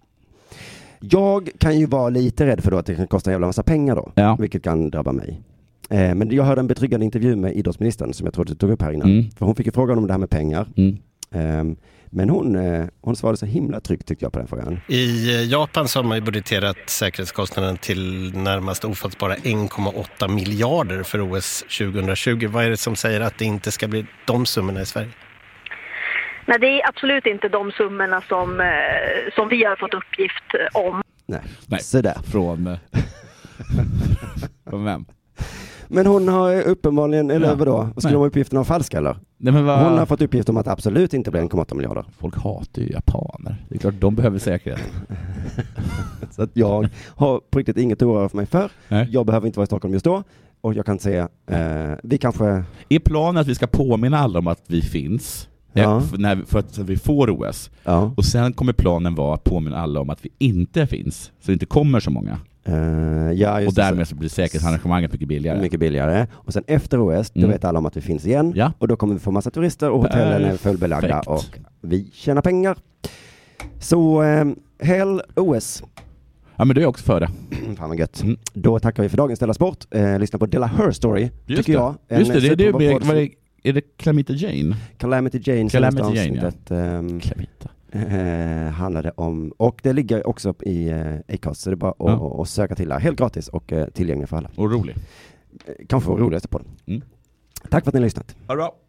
[SPEAKER 3] Jag kan ju vara lite rädd för då att det kan kosta en jävla massa pengar då.
[SPEAKER 4] Ja.
[SPEAKER 3] Vilket kan drabba mig. Eh, men jag hörde en betryggande intervju med idrottsministern som jag tror du tog upp här innan.
[SPEAKER 4] Mm.
[SPEAKER 3] För hon fick ju frågan om det här med pengar.
[SPEAKER 4] Mm.
[SPEAKER 3] Ehm, men hon, eh, hon svarade så himla tryggt tyckte jag på den frågan.
[SPEAKER 8] I eh, Japan så har man ju budgeterat säkerhetskostnaden till närmast ofattbara 1,8 miljarder för OS 2020. Vad är det som säger att det inte ska bli de summorna i Sverige?
[SPEAKER 9] Nej, det är absolut inte de summorna som, eh, som vi har fått uppgift eh, om.
[SPEAKER 3] Nej.
[SPEAKER 4] Nej.
[SPEAKER 3] Sådär.
[SPEAKER 4] Från... eh, Från vem?
[SPEAKER 3] Men hon har ju uppenbarligen, eller
[SPEAKER 4] Ja.
[SPEAKER 3] vadå, skulle
[SPEAKER 4] Nej.
[SPEAKER 3] de uppgifterna vara falska eller?
[SPEAKER 4] Nej, men vad...
[SPEAKER 3] Hon har fått uppgift om att det absolut inte blir 1,8 miljarder.
[SPEAKER 4] Folk hatar ju japaner. Det är klart de behöver säkerhet.
[SPEAKER 3] Så att jag har på riktigt inget att oroa för mig för.
[SPEAKER 4] Nej.
[SPEAKER 3] Jag behöver inte vara i Stockholm just då. Och jag kan säga, eh, vi kanske,
[SPEAKER 4] Är planen att vi ska påminna alla om att vi finns? eh,
[SPEAKER 3] Ja.
[SPEAKER 4] f- När, vi- för att så att vi får OS.
[SPEAKER 3] ja,
[SPEAKER 4] Och sen kommer planen vara att påminna alla om att vi inte finns. Så det inte kommer så många.
[SPEAKER 3] eh, ja
[SPEAKER 4] Och
[SPEAKER 3] just det,
[SPEAKER 4] därmed så blir säkerhetsarrangemanget mycket
[SPEAKER 3] så
[SPEAKER 4] billigare.
[SPEAKER 3] mycket billigare. Och sen efter OS, då
[SPEAKER 4] Mm.
[SPEAKER 3] vet alla om att vi finns igen.
[SPEAKER 4] Ja.
[SPEAKER 3] Och då kommer vi få massa turister och hotellen är
[SPEAKER 4] Perfekt.
[SPEAKER 3] fullbelagda och vi tjänar pengar. Så, eh, häll OS.
[SPEAKER 4] Ja men det är jag också för det.
[SPEAKER 3] Fan vad gött.
[SPEAKER 4] Mm.
[SPEAKER 3] Då tackar vi för dagens Della Sport. Eh, lyssna på Della Her Story,
[SPEAKER 4] Just
[SPEAKER 3] tycker jag.
[SPEAKER 4] det. Just det, det, är det
[SPEAKER 3] superbra
[SPEAKER 4] med,
[SPEAKER 3] podd
[SPEAKER 4] vad
[SPEAKER 3] som-
[SPEAKER 4] är, är det Clamita Jane?
[SPEAKER 3] Calamity Jane,
[SPEAKER 4] Calamity
[SPEAKER 3] senaste
[SPEAKER 4] Jane, ja.
[SPEAKER 3] avsnittet. ehm,
[SPEAKER 4] Clamita.
[SPEAKER 3] eh, handlade om, och det ligger också upp i eh, Acast, så det är bara att
[SPEAKER 4] Ja.
[SPEAKER 3] och, och söka till det. här. Helt gratis och eh, tillgänglig för alla.
[SPEAKER 4] Och rolig.
[SPEAKER 3] Eh, Kanske vår roligaste på den.
[SPEAKER 4] Mm.
[SPEAKER 3] Tack för att ni har lyssnat.
[SPEAKER 4] Ha det bra.